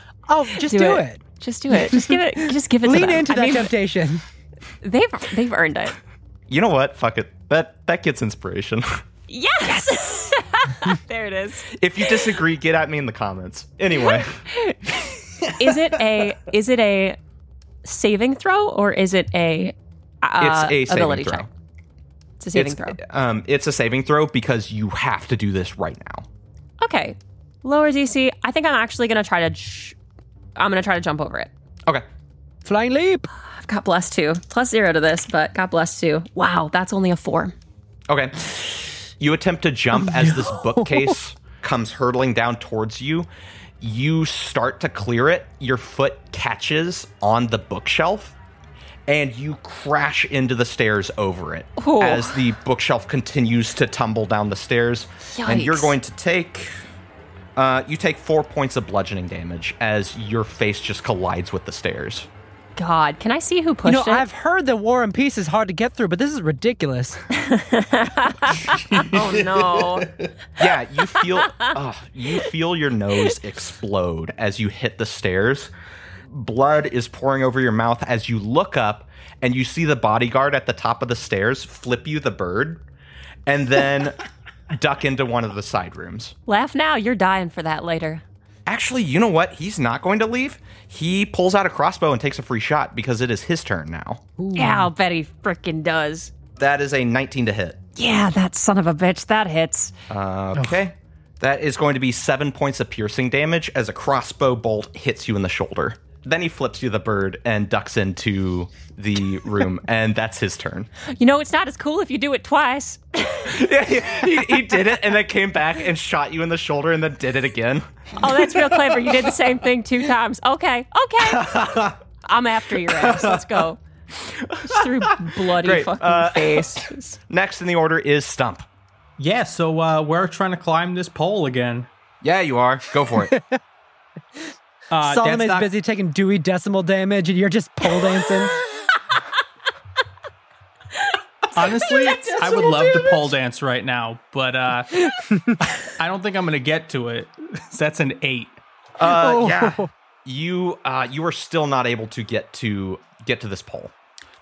[SPEAKER 4] oh, just
[SPEAKER 2] Do
[SPEAKER 4] do,
[SPEAKER 2] it.
[SPEAKER 4] it.
[SPEAKER 2] Just do it. Just give it. Just give it. to
[SPEAKER 4] Lean
[SPEAKER 2] them.
[SPEAKER 4] into
[SPEAKER 2] I
[SPEAKER 4] that
[SPEAKER 2] mean,
[SPEAKER 4] temptation.
[SPEAKER 2] They've they've earned it.
[SPEAKER 1] you know what? Fuck it. That that gets inspiration.
[SPEAKER 2] Yes. there it is.
[SPEAKER 1] if you disagree, get at me in the comments. Anyway,
[SPEAKER 2] Is it a is it a saving throw or is it a uh,
[SPEAKER 1] it's a saving
[SPEAKER 2] ability
[SPEAKER 1] throw.
[SPEAKER 2] check? It's a saving
[SPEAKER 1] It's,
[SPEAKER 2] throw.
[SPEAKER 1] um, it's a saving throw because you have to do this right now.
[SPEAKER 2] Okay. Lower DC. I think I'm actually gonna try to. J- I'm gonna try to jump over it.
[SPEAKER 1] Okay.
[SPEAKER 4] Flying leap.
[SPEAKER 2] I've got bless two plus zero to this, but God bless two. Wow, that's only a four.
[SPEAKER 1] Okay. You attempt to jump as this bookcase comes hurtling down towards you. You start to clear it. Your foot catches on the bookshelf and you crash into the stairs over it
[SPEAKER 2] Oh.
[SPEAKER 1] as the bookshelf continues to tumble down the stairs. And you're
[SPEAKER 2] Yikes.
[SPEAKER 1] going to take. Uh, you take four points of bludgeoning damage as your face just collides with the stairs.
[SPEAKER 2] God, can I see who
[SPEAKER 4] You
[SPEAKER 2] pushed
[SPEAKER 4] know,
[SPEAKER 2] it?
[SPEAKER 4] I've heard that War and Peace is hard to get through, but this is ridiculous.
[SPEAKER 2] oh no!
[SPEAKER 1] yeah, you feel ugh, you feel your nose explode as you hit the stairs. Blood is pouring over your mouth as you look up and you see the bodyguard at the top of the stairs flip you the bird and then duck into one of the side rooms.
[SPEAKER 2] Laugh now. You're dying for that later.
[SPEAKER 1] Actually, you know what? He's not going to leave. He pulls out a crossbow and takes a free shot because it is his turn now.
[SPEAKER 2] Yeah, I'll bet he frickin' does.
[SPEAKER 1] That is a 19 to hit.
[SPEAKER 2] Yeah, that son of a bitch. That hits.
[SPEAKER 1] Okay. That is going to be seven points of piercing damage as a crossbow bolt hits you in the shoulder. Then he flips you the bird and ducks into the room, and that's his turn.
[SPEAKER 2] You know, it's not as cool if you do it twice.
[SPEAKER 1] Yeah, he, he did it and then came back and shot you in the shoulder and then did it again.
[SPEAKER 2] Oh, that's real clever. You did the same thing two times. Okay, okay. I'm after your ass. Let's go. Just through bloody
[SPEAKER 1] Great,
[SPEAKER 2] fucking
[SPEAKER 1] uh,
[SPEAKER 2] face.
[SPEAKER 1] Next in the order is Stump.
[SPEAKER 6] Yeah, so uh, we're trying to climb this pole again.
[SPEAKER 1] Yeah, you are. Go for it.
[SPEAKER 6] Uh,
[SPEAKER 4] Solomon's
[SPEAKER 6] that's not-
[SPEAKER 4] busy taking Dewey decimal damage, and you're just pole dancing.
[SPEAKER 6] Honestly, I would love to pole dance right now, but uh, I don't think I'm going to get to it. That's an eight.
[SPEAKER 1] Uh, Yeah, you uh, you are still not able to get to get to this pole.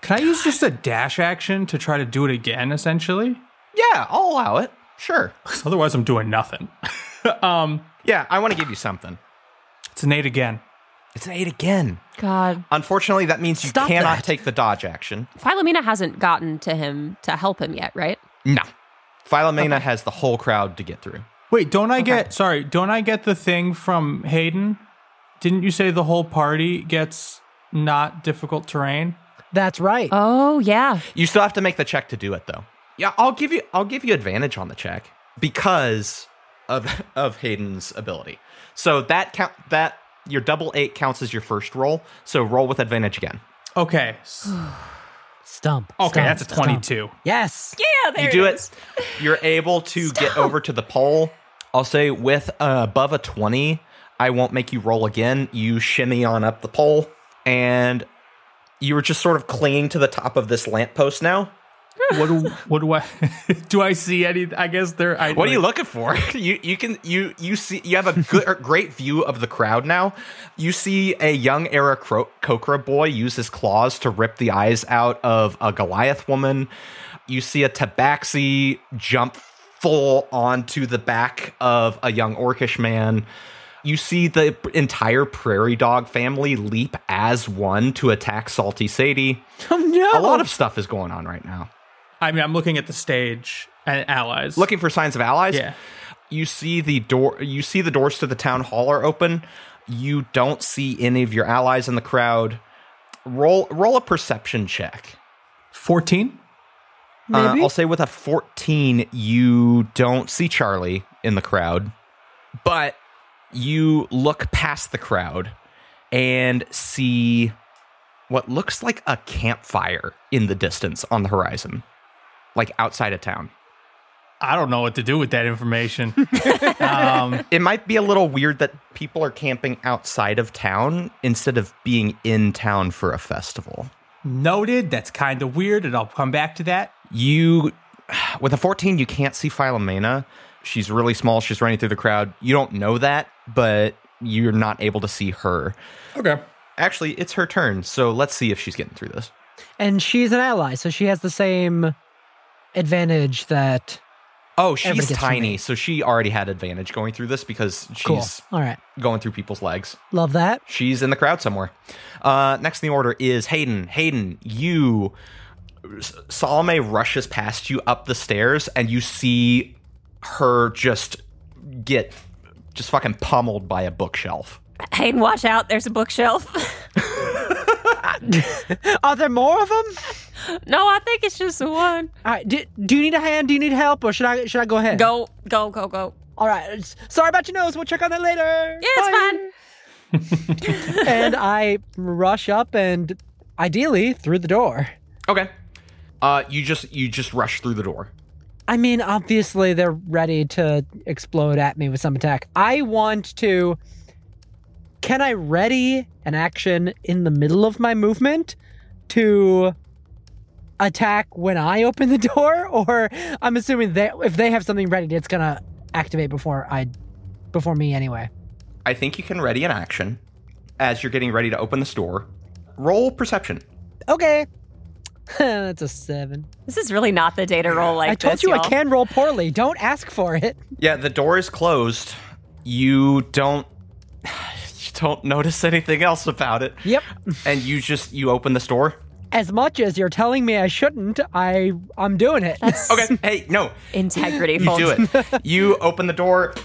[SPEAKER 6] Can I use just a dash action to try to do it again, essentially?
[SPEAKER 1] Yeah, I'll allow it. Sure.
[SPEAKER 6] 'Cause otherwise, I'm doing nothing. um,
[SPEAKER 1] Yeah, I want to give you something.
[SPEAKER 6] it's an eight again.
[SPEAKER 1] It's an eight again.
[SPEAKER 2] God.
[SPEAKER 1] Unfortunately, that means you
[SPEAKER 4] Stop
[SPEAKER 1] cannot
[SPEAKER 4] that.
[SPEAKER 1] take the dodge action.
[SPEAKER 2] Philomena hasn't gotten to him to help him yet, right?
[SPEAKER 1] No. Philomena has the whole crowd to get through.
[SPEAKER 6] Wait, don't I get, sorry, don't I get the thing from Hayden? Didn't you say the whole party gets not difficult terrain?
[SPEAKER 4] That's right.
[SPEAKER 2] Oh, yeah.
[SPEAKER 1] You still have to make the check to do it though. Yeah, I'll give you I'll give you advantage on the check because of of Hayden's ability. So that count that your double eight counts as your first roll. So roll with advantage again.
[SPEAKER 6] Okay. s- Okay,
[SPEAKER 4] Stump.
[SPEAKER 6] that's a
[SPEAKER 4] stump, stump.
[SPEAKER 6] 22.
[SPEAKER 4] Yes.
[SPEAKER 2] Yeah, there
[SPEAKER 1] you do it. You're able to get over to the pole. I'll say with uh, above a 20, I won't make you roll again. You shimmy on up the pole, and you were just sort of clinging to the top of this lamppost now.
[SPEAKER 6] what do, what do I do? I see any? I guess there. I,
[SPEAKER 1] What are you looking for? You you can you you see you have a good a great view of the crowd now. You see a young era Cro- Kokra boy use his claws to rip the eyes out of a Goliath woman. You see a Tabaxi jump full onto the back of a young Orcish man. You see the entire prairie dog family leap as one to attack Salty Sadie.
[SPEAKER 4] Oh, no.
[SPEAKER 1] A lot of stuff is going on right now.
[SPEAKER 6] I mean, I'm looking at the stage and allies.
[SPEAKER 1] Looking for signs of allies?
[SPEAKER 6] yeah.
[SPEAKER 1] you see the door you see the doors to the town hall are open you don't see any of your allies in the crowd roll roll a perception check
[SPEAKER 6] 14?
[SPEAKER 1] Uh, i'll say with a 14 you don't see charlie in the crowd but you look past the crowd and see what looks like a campfire in the distance on the horizon like outside of town
[SPEAKER 6] I don't know what to do with that information. um,
[SPEAKER 1] it might be a little weird that people are camping outside of town instead of being in town for a festival.
[SPEAKER 6] noted. That's kind of weird, and I'll come back to that.
[SPEAKER 1] You, with a 14, you can't see Philomena. She's really small. She's running through the crowd. You don't know that, but you're not able to see her.
[SPEAKER 6] Okay.
[SPEAKER 1] Actually, it's her turn. So let's see if she's getting through this.
[SPEAKER 4] And she's an ally, so she has the same advantage that.
[SPEAKER 1] Oh,
[SPEAKER 4] Everybody
[SPEAKER 1] she's
[SPEAKER 4] gets to
[SPEAKER 1] tiny.
[SPEAKER 4] me.
[SPEAKER 1] So she already had advantage going through this because she's
[SPEAKER 4] Cool. All right.
[SPEAKER 1] going through people's legs.
[SPEAKER 4] Love that.
[SPEAKER 1] She's in the crowd somewhere. Uh, next in the order is Hayden. Hayden, you. S- Salome rushes past you up the stairs, and you see her just get just fucking pummeled by a bookshelf.
[SPEAKER 2] Hayden, watch out. There's a bookshelf.
[SPEAKER 4] Are there more of them?
[SPEAKER 2] no, I think it's just the one.
[SPEAKER 4] All right. Do, do you need a hand? Do you need help, or should I should I go ahead?
[SPEAKER 2] Go, go, go, go.
[SPEAKER 4] All right. s- Sorry about your nose. We'll check on that later.
[SPEAKER 2] Yeah, it's
[SPEAKER 4] Bye.
[SPEAKER 2] fine.
[SPEAKER 4] and I rush up and ideally through the door.
[SPEAKER 1] Okay. Uh, you just you just rush through the door.
[SPEAKER 4] I mean, obviously they're ready to explode at me with some attack. I want to. Can I ready an action in the middle of my movement to attack when I open the door? Or I'm assuming they if they have something ready, it's gonna activate before I before me anyway.
[SPEAKER 1] I think you can ready an action as you're getting ready to open this door. Roll perception.
[SPEAKER 4] Okay. That's a seven.
[SPEAKER 2] This is really not the day to roll like
[SPEAKER 4] I told
[SPEAKER 2] this,
[SPEAKER 4] you
[SPEAKER 2] y'all.
[SPEAKER 4] I can roll poorly. Don't ask for it.
[SPEAKER 1] Yeah, the door is closed. You don't you don't notice anything else about it.
[SPEAKER 4] Yep.
[SPEAKER 1] and you just you open this door.
[SPEAKER 4] As much as you're telling me I shouldn't, I I'm doing it.
[SPEAKER 1] Okay. hey, no,
[SPEAKER 2] Integrity,
[SPEAKER 1] you
[SPEAKER 2] folks.
[SPEAKER 1] do it. You open the door.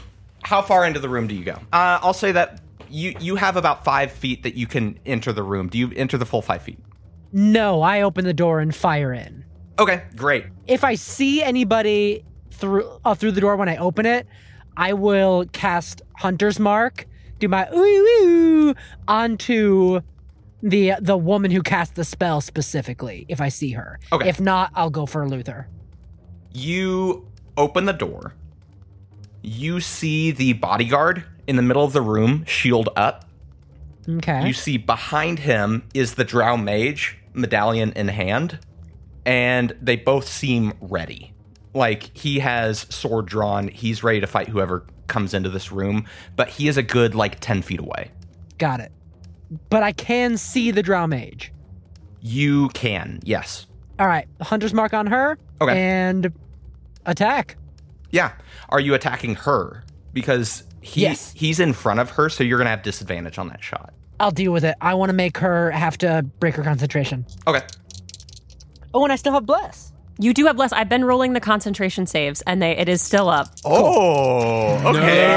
[SPEAKER 1] How far into the room do you go? Uh, I'll say that you you have about five feet that you can enter the room. Do you enter the full five feet?
[SPEAKER 4] No, I open the door and fire in.
[SPEAKER 1] Okay, great.
[SPEAKER 4] If I see anybody through uh, through the door when I open it, I will cast Hunter's Mark, do my ooh ooh onto the the woman who cast the spell specifically if I see her.
[SPEAKER 1] Okay.
[SPEAKER 4] If not, I'll go for Luther.
[SPEAKER 1] You open the door. You see the bodyguard in the middle of the room, shield up.
[SPEAKER 4] Okay.
[SPEAKER 1] You see behind him is the drow mage, medallion in hand, and they both seem ready. Like he has sword drawn, he's ready to fight whoever comes into this room, but he is a good like 10 feet away.
[SPEAKER 4] Got it. But I can see the drow mage.
[SPEAKER 1] You can, yes.
[SPEAKER 4] All right, hunter's mark on her.
[SPEAKER 1] Okay.
[SPEAKER 4] And attack.
[SPEAKER 1] Yeah. Are you attacking her? Because he's
[SPEAKER 4] Yes.
[SPEAKER 1] he's in front of her, so you're gonna have disadvantage on that shot.
[SPEAKER 4] I'll deal with it. I want to make her have to break her concentration.
[SPEAKER 1] Okay.
[SPEAKER 4] Oh, and I still have bless.
[SPEAKER 2] You do have less. I've been rolling the concentration saves, and they it is still up.
[SPEAKER 1] Oh, okay.
[SPEAKER 2] Uh,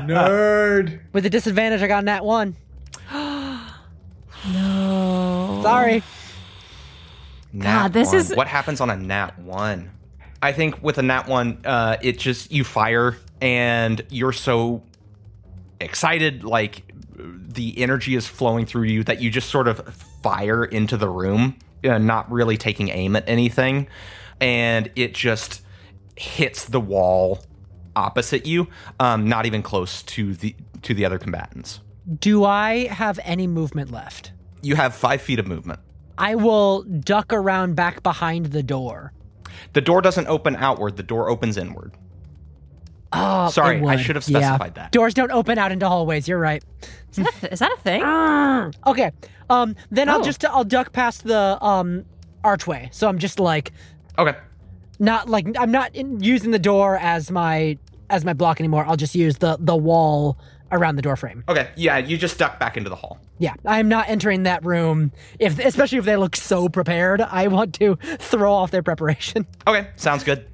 [SPEAKER 3] Nerd.
[SPEAKER 4] With a disadvantage, I got a nat one. no. Sorry.
[SPEAKER 1] Nat
[SPEAKER 2] God, this
[SPEAKER 1] one.
[SPEAKER 2] is-
[SPEAKER 1] what happens on a nat one. I think with a nat one, uh, it just you fire and you're so excited, like the energy is flowing through you that you just sort of fire into the room, uh, not really taking aim at anything, and it just hits the wall opposite you, um, not even close to the to the other combatants.
[SPEAKER 4] Do I have any movement left?
[SPEAKER 1] You have five feet of movement.
[SPEAKER 4] I will duck around back behind the door.
[SPEAKER 1] The door doesn't open outward; the door opens inward.
[SPEAKER 4] Oh,
[SPEAKER 1] Sorry, I
[SPEAKER 4] would.
[SPEAKER 1] should have
[SPEAKER 4] Yeah.
[SPEAKER 1] specified that.
[SPEAKER 4] Doors don't open out into hallways. You're right.
[SPEAKER 2] is, that a th- is that a thing?
[SPEAKER 4] Uh, Okay. Um. Then I'll
[SPEAKER 2] Oh.
[SPEAKER 4] just I'll duck past the um archway. So I'm just like
[SPEAKER 1] Okay.
[SPEAKER 4] not like I'm not in, using the door as my as my block anymore. I'll just use the the wall around the door frame.
[SPEAKER 1] Okay, yeah, you just duck back into the hall.
[SPEAKER 4] Yeah, I'm not entering that room if especially if they look so prepared. I want to throw off their preparation.
[SPEAKER 1] Okay, sounds good.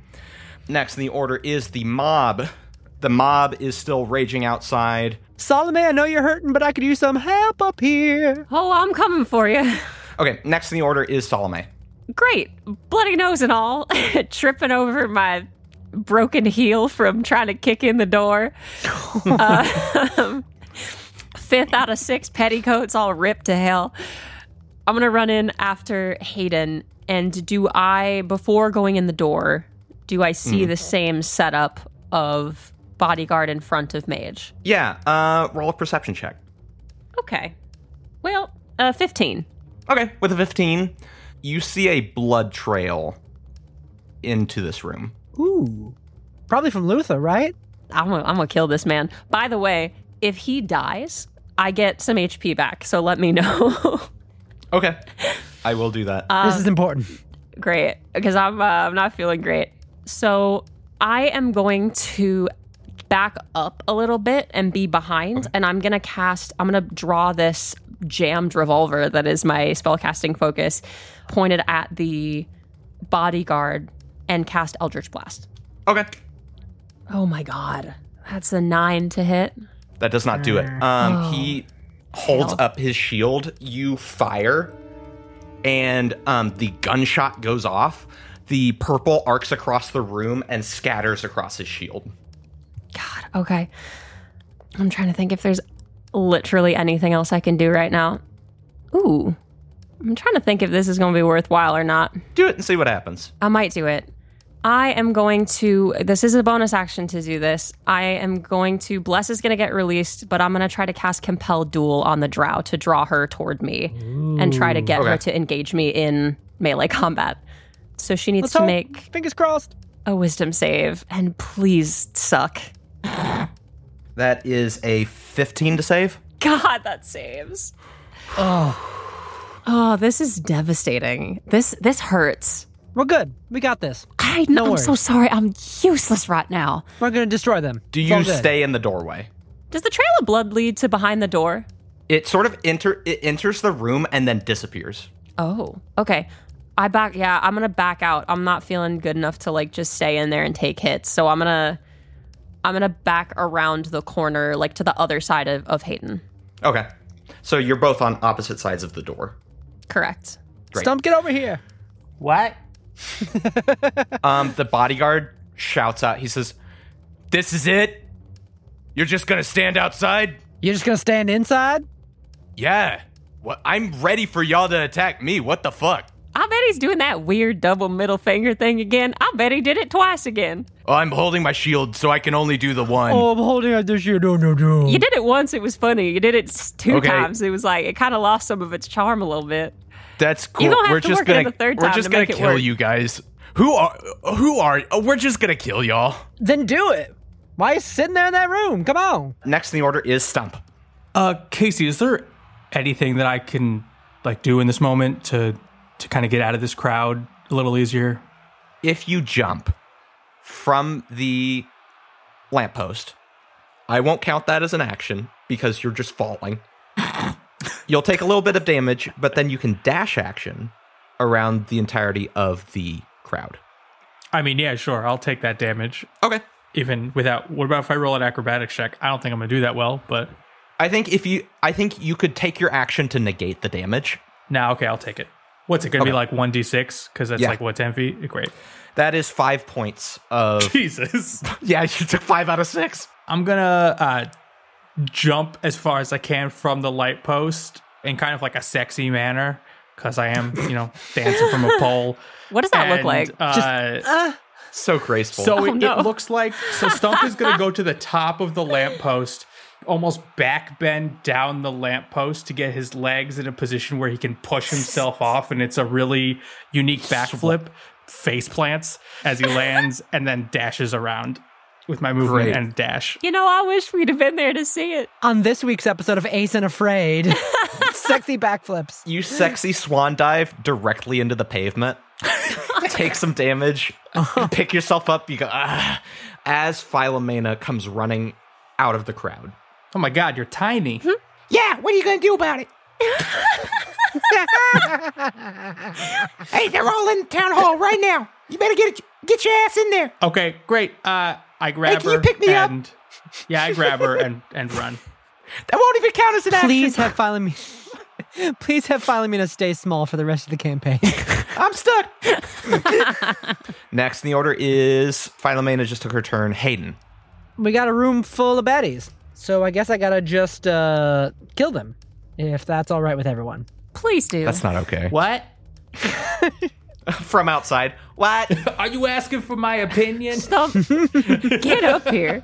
[SPEAKER 1] Next in the order is the mob. The mob is still raging outside.
[SPEAKER 4] Salome, I know you're hurting, but I could use some help up here.
[SPEAKER 2] Oh, I'm coming for you.
[SPEAKER 1] Okay, next in the order is Salome.
[SPEAKER 2] Great, bloody nose and all, tripping over my broken heel from trying to kick in the door. Uh, fifth out of six petticoats all ripped to hell. I'm gonna run in after Hayden, and do I before going in the door? Do I see the same setup of bodyguard in front of mage?
[SPEAKER 1] Yeah, uh, roll a perception check.
[SPEAKER 2] Okay. Well, uh, 15.
[SPEAKER 1] Okay, with a 15, you see a blood trail into this room.
[SPEAKER 4] Ooh, probably from Luther, right?
[SPEAKER 2] I'm gonna, I'm gonna kill this man. By the way, if he dies, I get some HP back, so let me know.
[SPEAKER 1] Okay, I will do that.
[SPEAKER 4] this is important.
[SPEAKER 2] great, because I'm uh, I'm not feeling great. So I am going to back up a little bit and be behind, and I'm gonna cast. I'm gonna draw this jammed revolver that is my spellcasting focus, pointed at the bodyguard, and cast Eldritch Blast.
[SPEAKER 1] okay,
[SPEAKER 2] Oh my god, that's a nine to hit.
[SPEAKER 1] that does not do it. Um, He holds up his shield, you fire, and um, the gunshot goes off. The purple arcs across the room and scatters across his shield.
[SPEAKER 2] Okay. I'm trying to think if there's literally anything else I can do right now. Ooh. I'm trying to think if this is going to be worthwhile or not.
[SPEAKER 1] Do it and see what happens.
[SPEAKER 2] I might do it. I am going to. This is a bonus action to do this. I am going to. Bless is going to get released, but I'm going to try to cast Compel Duel on the Drow to draw her toward me and try to get her to engage me in melee combat. So she needs to
[SPEAKER 4] hope.
[SPEAKER 2] make
[SPEAKER 4] Fingers crossed.
[SPEAKER 2] a wisdom save and please suck.
[SPEAKER 1] That is a 15 to save.
[SPEAKER 2] God, that saves. Oh. Oh, this is devastating. This this hurts.
[SPEAKER 4] We're good. We got this.
[SPEAKER 2] I know. I'm
[SPEAKER 4] worries.
[SPEAKER 2] so sorry. I'm useless right now.
[SPEAKER 4] We're gonna destroy them.
[SPEAKER 1] Do
[SPEAKER 4] It's
[SPEAKER 1] you
[SPEAKER 4] all good.
[SPEAKER 1] stay in the doorway?
[SPEAKER 2] Does the trail of blood lead to behind the door?
[SPEAKER 1] It sort of enter it enters the room and then disappears.
[SPEAKER 2] Oh, okay. I back. Yeah, I'm gonna back out. I'm not feeling good enough to like just stay in there and take hits. So I'm gonna, I'm gonna back around the corner, like to the other side of, of Hayden.
[SPEAKER 1] Okay. So you're both on opposite sides of the door.
[SPEAKER 2] Correct.
[SPEAKER 4] Stump, get over here.
[SPEAKER 7] What?
[SPEAKER 1] Um, the bodyguard shouts out. He says, "This is it. You're just gonna stand outside."
[SPEAKER 4] You're just gonna stand inside?
[SPEAKER 8] Yeah. What, I'm ready for y'all to attack me. What the fuck?
[SPEAKER 2] I bet he's doing that weird double middle finger thing again. I bet he did it twice again.
[SPEAKER 8] Oh, I'm holding my shield, so I can only do the one.
[SPEAKER 4] Oh, I'm holding out this year. No, no, no.
[SPEAKER 2] You did it once, it was funny. You did it s- two
[SPEAKER 8] Okay.
[SPEAKER 2] times, it was like it kind of lost some of its charm a little bit.
[SPEAKER 8] That's cool.
[SPEAKER 2] gonna have
[SPEAKER 8] we're
[SPEAKER 2] to
[SPEAKER 8] just
[SPEAKER 2] work it
[SPEAKER 8] gonna
[SPEAKER 2] the third
[SPEAKER 8] we're
[SPEAKER 2] time
[SPEAKER 8] just
[SPEAKER 2] to
[SPEAKER 8] gonna
[SPEAKER 2] make it
[SPEAKER 8] kill
[SPEAKER 2] work.
[SPEAKER 8] you guys. Who are who are? Oh, we're just gonna kill y'all.
[SPEAKER 4] Then do it. Why are you sitting there in that room? Come on.
[SPEAKER 1] Next in the order is Stump.
[SPEAKER 6] Uh, Casey, is there anything that I can like do in this moment to to kind of get out of this crowd a little easier?
[SPEAKER 1] If you jump from the lamppost, I won't count that as an action because you're just falling. You'll take a little bit of damage, but then you can dash action around the entirety of the crowd.
[SPEAKER 6] I mean, yeah, sure, I'll take that damage.
[SPEAKER 1] Okay.
[SPEAKER 6] Even without, what about if I roll an acrobatics check? I don't think I'm gonna do that well, but
[SPEAKER 1] I think if you I think you could take your action to negate the damage.
[SPEAKER 6] now, okay, I'll take it. What's it gonna be like one d six? Because that's
[SPEAKER 1] Yeah.
[SPEAKER 6] like what ten feet. Great,
[SPEAKER 1] That is 5 points of
[SPEAKER 6] Jesus.
[SPEAKER 1] Yeah, you took 5 out of 6.
[SPEAKER 6] I'm gonna uh, jump as far as I can from the light post in kind of like a sexy manner because I am, you know, dancing from a pole.
[SPEAKER 2] What does that look
[SPEAKER 6] And,
[SPEAKER 2] like?
[SPEAKER 6] Uh,
[SPEAKER 1] So graceful.
[SPEAKER 7] Oh,
[SPEAKER 6] so it,
[SPEAKER 2] no.
[SPEAKER 6] it looks like so Stump is gonna go to the top of the lamppost, almost back bend down the lamppost to get his legs in a position where he can push himself off, and it's a really unique backflip. Face plants as he lands and then dashes around with my movement
[SPEAKER 1] Great.
[SPEAKER 6] and dash.
[SPEAKER 2] you know, I wish we'd have been there to see it.
[SPEAKER 4] On this week's episode of Ace and Afraid, sexy backflips.
[SPEAKER 1] you sexy swan dive directly into the pavement. Take some damage. Pick yourself up. You go ah, as Philomena comes running out of the crowd.
[SPEAKER 6] Oh my god, you're tiny.
[SPEAKER 7] Hmm? Yeah, what are you gonna do about it? hey, they're all in town hall right now. You better get get your ass in there.
[SPEAKER 6] Okay, great. Uh, I grab
[SPEAKER 7] can
[SPEAKER 6] her
[SPEAKER 7] you pick me up?
[SPEAKER 6] and yeah, I grab her and and run.
[SPEAKER 7] That won't even count as an action.
[SPEAKER 4] Please have Philomena. Please have Philomena stay small for the rest of the campaign.
[SPEAKER 7] I'm stuck.
[SPEAKER 1] Next in the order is Philomena just took her turn. Hayden.
[SPEAKER 4] we got a room full of baddies, so I guess I gotta just uh, kill them, if that's all right with everyone.
[SPEAKER 2] Please do.
[SPEAKER 1] That's not okay.
[SPEAKER 6] What?
[SPEAKER 1] From outside. What?
[SPEAKER 6] Are you asking for my opinion?
[SPEAKER 2] Stop. Get up here.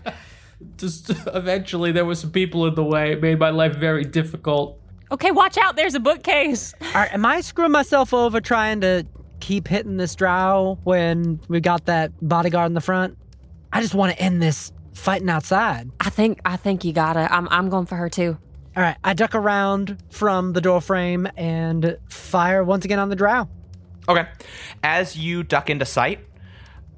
[SPEAKER 6] Just eventually, there were some people in the way. It made my life very difficult.
[SPEAKER 2] Okay, watch out. There's a bookcase.
[SPEAKER 4] All right, am I screwing myself over trying to keep hitting this drow when we got that bodyguard in the front? I just want to end this fighting outside.
[SPEAKER 2] I think I think you gotta. I'm I'm going for her too.
[SPEAKER 4] All right, I duck around from the doorframe and fire once again on the drow.
[SPEAKER 1] Okay. As you duck into sight,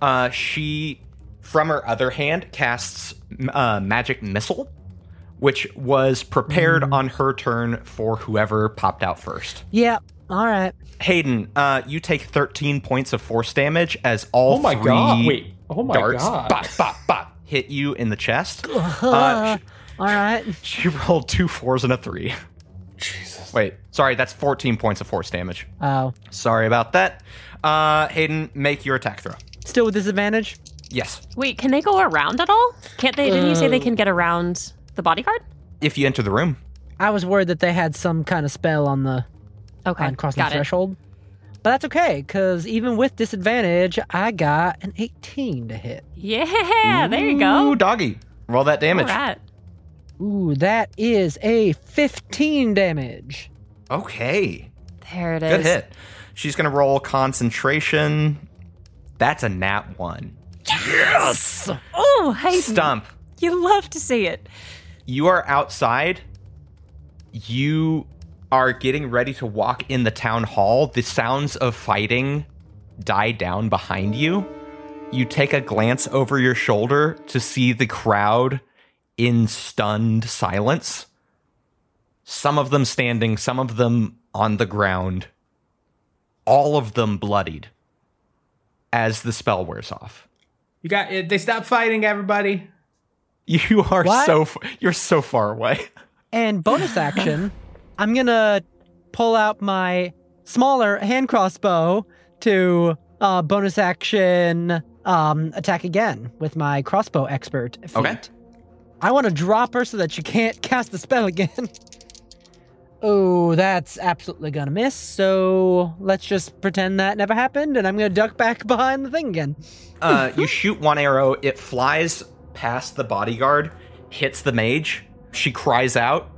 [SPEAKER 1] uh, she, from her other hand, casts uh, magic missile, which was prepared
[SPEAKER 6] Mm-hmm.
[SPEAKER 1] on her turn for whoever popped out first.
[SPEAKER 4] Yep. All right.
[SPEAKER 1] Hayden, uh, you take 13 points of force damage as all
[SPEAKER 6] Oh my
[SPEAKER 1] three
[SPEAKER 6] god! Wait. Oh my
[SPEAKER 1] darts
[SPEAKER 6] god!
[SPEAKER 1] bop, bop, bop, hit you in the chest. Uh, sh-
[SPEAKER 4] All right.
[SPEAKER 1] she rolled two fours and a three. Jesus. Wait, sorry, that's 14 points of force damage.
[SPEAKER 4] Oh,
[SPEAKER 1] Sorry about that. Uh, Hayden, make your attack throw.
[SPEAKER 4] still with disadvantage.
[SPEAKER 1] Yes.
[SPEAKER 2] Wait, can they go around at all? Can't they? Didn't you say they can get around the bodyguard?
[SPEAKER 1] If you enter the room.
[SPEAKER 4] I was worried that they had some kind of spell on the
[SPEAKER 2] Okay,
[SPEAKER 4] on crossing
[SPEAKER 2] got
[SPEAKER 4] the threshold, but that's okay because even with disadvantage, I got an 18 to hit.
[SPEAKER 2] it. Yeah, there you
[SPEAKER 1] Ooh,
[SPEAKER 2] go.
[SPEAKER 1] doggy. Roll that
[SPEAKER 2] All
[SPEAKER 1] damage.
[SPEAKER 2] right.
[SPEAKER 4] Ooh, that is a 15 damage.
[SPEAKER 1] Okay.
[SPEAKER 2] There it is.
[SPEAKER 1] Good hit. She's going to roll concentration. That's a nat one.
[SPEAKER 2] Oh, hey,
[SPEAKER 1] Stump.
[SPEAKER 2] you love to see it.
[SPEAKER 1] you are outside. You are getting ready to walk in the town hall. The sounds of fighting die down behind you. You take a glance over your shoulder to see the crowd in stunned silence. Some of them standing, some of them on the ground, all of them bloodied as the spell wears off.
[SPEAKER 6] You got. eh, They stopped fighting. Everybody.
[SPEAKER 1] You are
[SPEAKER 4] What?
[SPEAKER 1] so f- you're so far away.
[SPEAKER 4] And bonus action, I'm gonna pull out my smaller hand crossbow to uh, bonus action um, attack again with my crossbow expert. Feat.
[SPEAKER 1] Okay.
[SPEAKER 4] I want to drop her so that she can't cast the spell again. that's absolutely gonna miss. So let's just pretend that never happened, and I'm gonna duck back behind the thing again.
[SPEAKER 1] Uh, you shoot one arrow, it flies past the bodyguard, hits the mage. She cries out.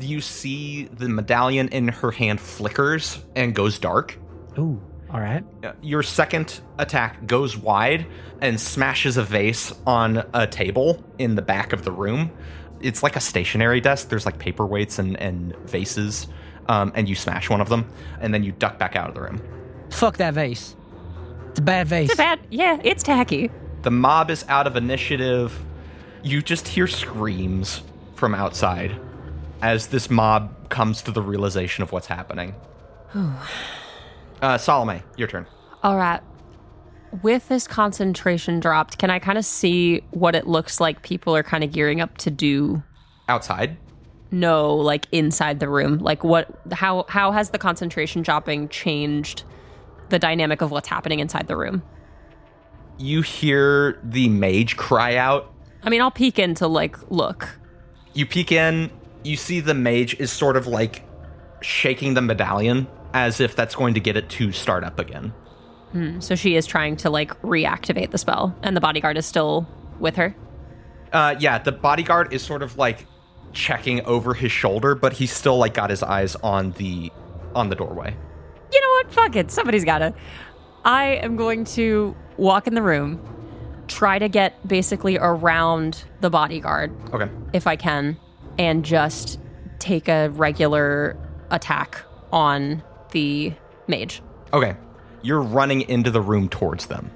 [SPEAKER 1] You see the medallion in her hand flickers and goes dark.
[SPEAKER 4] Ooh, all right.
[SPEAKER 1] Uh, Your second attack goes wide and smashes a vase on a table in the back of the room. It's like a stationary desk. There's like paperweights and, and vases, um, and you smash one of them, and then you duck back out of the room.
[SPEAKER 4] Fuck that vase. It's a bad vase.
[SPEAKER 2] Bad. Yeah, it's tacky.
[SPEAKER 1] The mob is out of initiative. You just hear screams from outside as this mob comes to the realization of what's happening. uh, Salome, your turn.
[SPEAKER 2] All right. With this concentration dropped, can I kind of see what it looks like people are kind of gearing up to do?
[SPEAKER 1] Outside.
[SPEAKER 2] No, like inside the room. Like what how how has the concentration dropping changed the dynamic of what's happening inside the room?
[SPEAKER 1] You hear the mage cry out.
[SPEAKER 2] I mean, I'll peek in to like look.
[SPEAKER 1] You peek in, you see the mage is sort of like shaking the medallion as if that's going to get it to start up again.
[SPEAKER 2] So she is trying to like reactivate the spell and the bodyguard is still with her.
[SPEAKER 1] Uh, yeah, the bodyguard is sort of like checking over his shoulder, but he's still like got his eyes on the on the doorway.
[SPEAKER 2] you know what? Fuck it. Somebody's got to. I am going to walk in the room, try to get basically around the bodyguard
[SPEAKER 1] Okay.
[SPEAKER 2] if I can, and just take a regular attack on the mage.
[SPEAKER 1] Okay. You're running into the room towards them.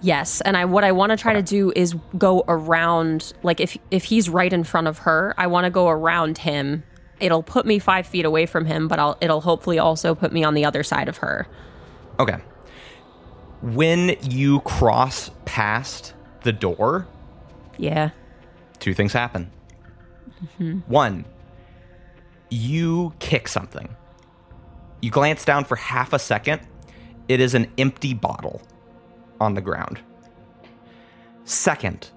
[SPEAKER 2] Yes, and I what I want to try to do is go around. Like if if he's right in front of her, I want to go around him. It'll put me five feet away from him, but I'll, it'll hopefully also put me on the other side of her.
[SPEAKER 1] Okay. When you cross past the door,
[SPEAKER 2] Yeah.
[SPEAKER 1] two things happen. One, you kick something. You glance down for half a second. It is an empty bottle on the ground. Second,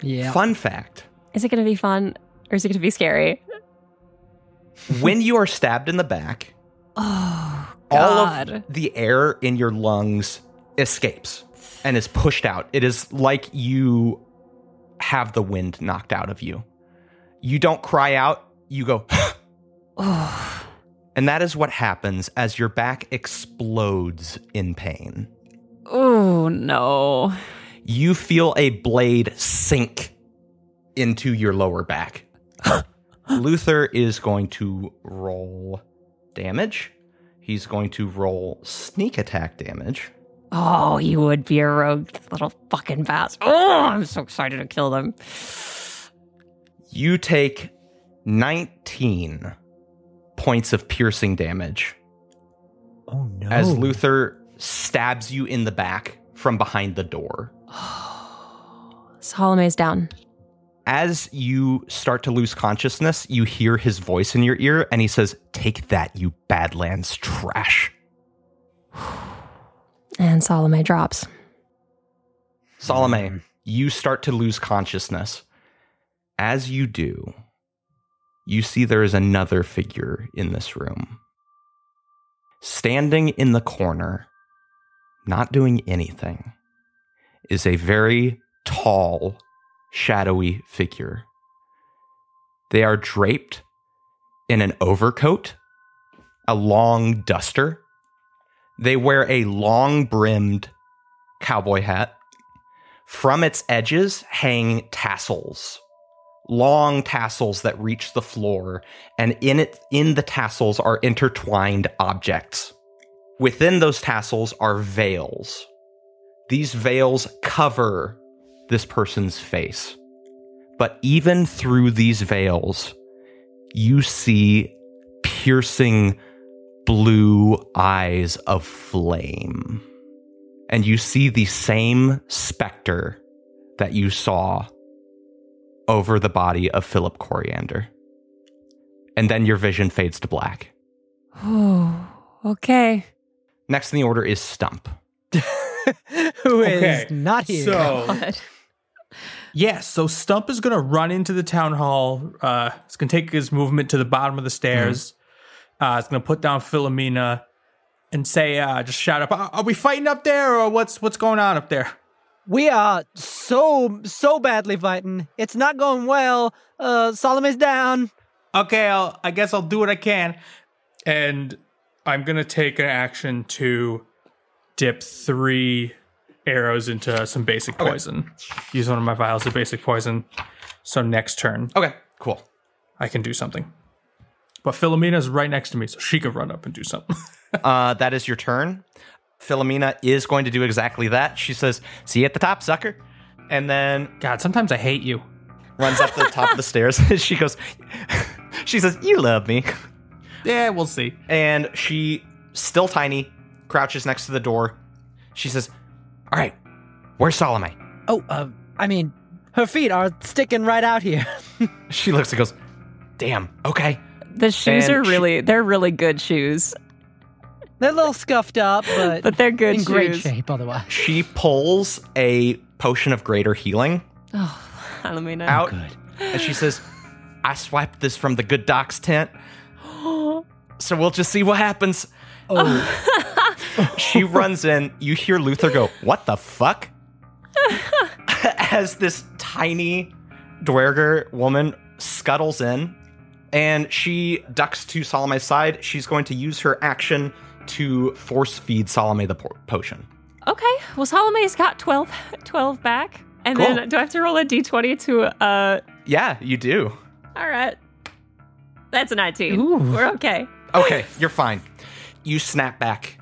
[SPEAKER 4] Yeah.
[SPEAKER 1] fun fact
[SPEAKER 2] Is it going to be fun or is it going to be scary?
[SPEAKER 1] when you are stabbed in the back, all of
[SPEAKER 2] God.
[SPEAKER 1] the air in your lungs escapes and is pushed out. It is like you have the wind knocked out of you. You don't cry out, you go, and that is what happens as your back explodes in pain.
[SPEAKER 2] Oh no.
[SPEAKER 1] You feel a blade sink into your lower back. Luther is going to roll damage. He's going to roll sneak attack damage.
[SPEAKER 2] Oh, you would be a rogue little fucking bastard. Oh, I'm so excited to kill them.
[SPEAKER 1] You take 19 points of piercing damage
[SPEAKER 4] oh no.
[SPEAKER 1] as Luther stabs you in the back from behind the door.
[SPEAKER 2] Salome's down.
[SPEAKER 1] As you start to lose consciousness, you hear his voice in your ear and he says, Take that, you Badlands trash.
[SPEAKER 2] And Salome drops.
[SPEAKER 1] Salome, you start to lose consciousness. As you do, you see there is another figure in this room. Standing in the corner, not doing anything, is a very tall, shadowy figure. They are draped in an overcoat, a long duster. They wear a long brimmed cowboy hat. From its edges hang tassels, long tassels that reach the floor, and in it in the tassels are intertwined objects. Within those tassels are veils. These veils cover this person's face. But even through these veils, you see piercing blue eyes of flame and you see the same specter that you saw over the body of Philip Coriander. And then your vision fades to black.
[SPEAKER 2] Oh, okay.
[SPEAKER 1] Next in the order is Stump.
[SPEAKER 4] Who is
[SPEAKER 6] Okay.
[SPEAKER 4] not here?
[SPEAKER 6] So, yeah, so Stump is going to run into the town hall. Uh, he's going to take his movement to the bottom of the stairs.
[SPEAKER 4] Mm-hmm.
[SPEAKER 6] Uh, it's gonna put down Philomena and say, uh, just shout up, "Are are we fighting up there, or what's what's going on up there?"
[SPEAKER 4] We are so, so badly fighting. It's not going well. Uh, Salome's down.
[SPEAKER 6] okay, I'll, I guess I'll do what I can. And I'm going to take an action to dip three arrows into some basic poison. Use one of my vials of basic poison. So next turn,
[SPEAKER 1] Okay, cool.
[SPEAKER 6] I can do something. But Philomena's right next to me, so she could run up and do something.
[SPEAKER 1] Uh, that is your turn. Philomena is going to do exactly that. She says, "See you at the top, sucker," and then
[SPEAKER 6] God, sometimes I hate you.
[SPEAKER 1] runs up the top of the stairs. she goes, she says, "You love me,"
[SPEAKER 6] Yeah, we'll see.
[SPEAKER 1] and she, still tiny, crouches next to the door. She says, "All right, where's Salome?"
[SPEAKER 4] Oh, uh, I mean, her feet are sticking right out here.
[SPEAKER 1] She looks and goes, "Damn, okay."
[SPEAKER 2] The shoes
[SPEAKER 1] And
[SPEAKER 2] are
[SPEAKER 1] she-
[SPEAKER 2] really, they're really good shoes,
[SPEAKER 4] They're a little scuffed up, but,
[SPEAKER 2] but they're good
[SPEAKER 4] in
[SPEAKER 2] shoes.
[SPEAKER 4] great shape otherwise.
[SPEAKER 1] She pulls a potion of greater healing
[SPEAKER 2] Oh, Philomena.
[SPEAKER 1] out, and she says, "I swiped this from the good doc's tent, so we'll just see what happens."
[SPEAKER 4] Oh,
[SPEAKER 1] She runs in. You hear Luther go, "What the fuck?" As this tiny Dwerger woman scuttles in, and she ducks to Salome's side. She's going to use her action to force feed Salome the po- potion.
[SPEAKER 2] Okay. Well, Salome's got 12, 12 back. And
[SPEAKER 1] Cool.
[SPEAKER 2] then do I have to roll a d20 to, uh,
[SPEAKER 1] Yeah, you do.
[SPEAKER 2] all right. That's a 19.
[SPEAKER 4] Ooh.
[SPEAKER 2] We're okay.
[SPEAKER 1] Okay, you're fine. You snap back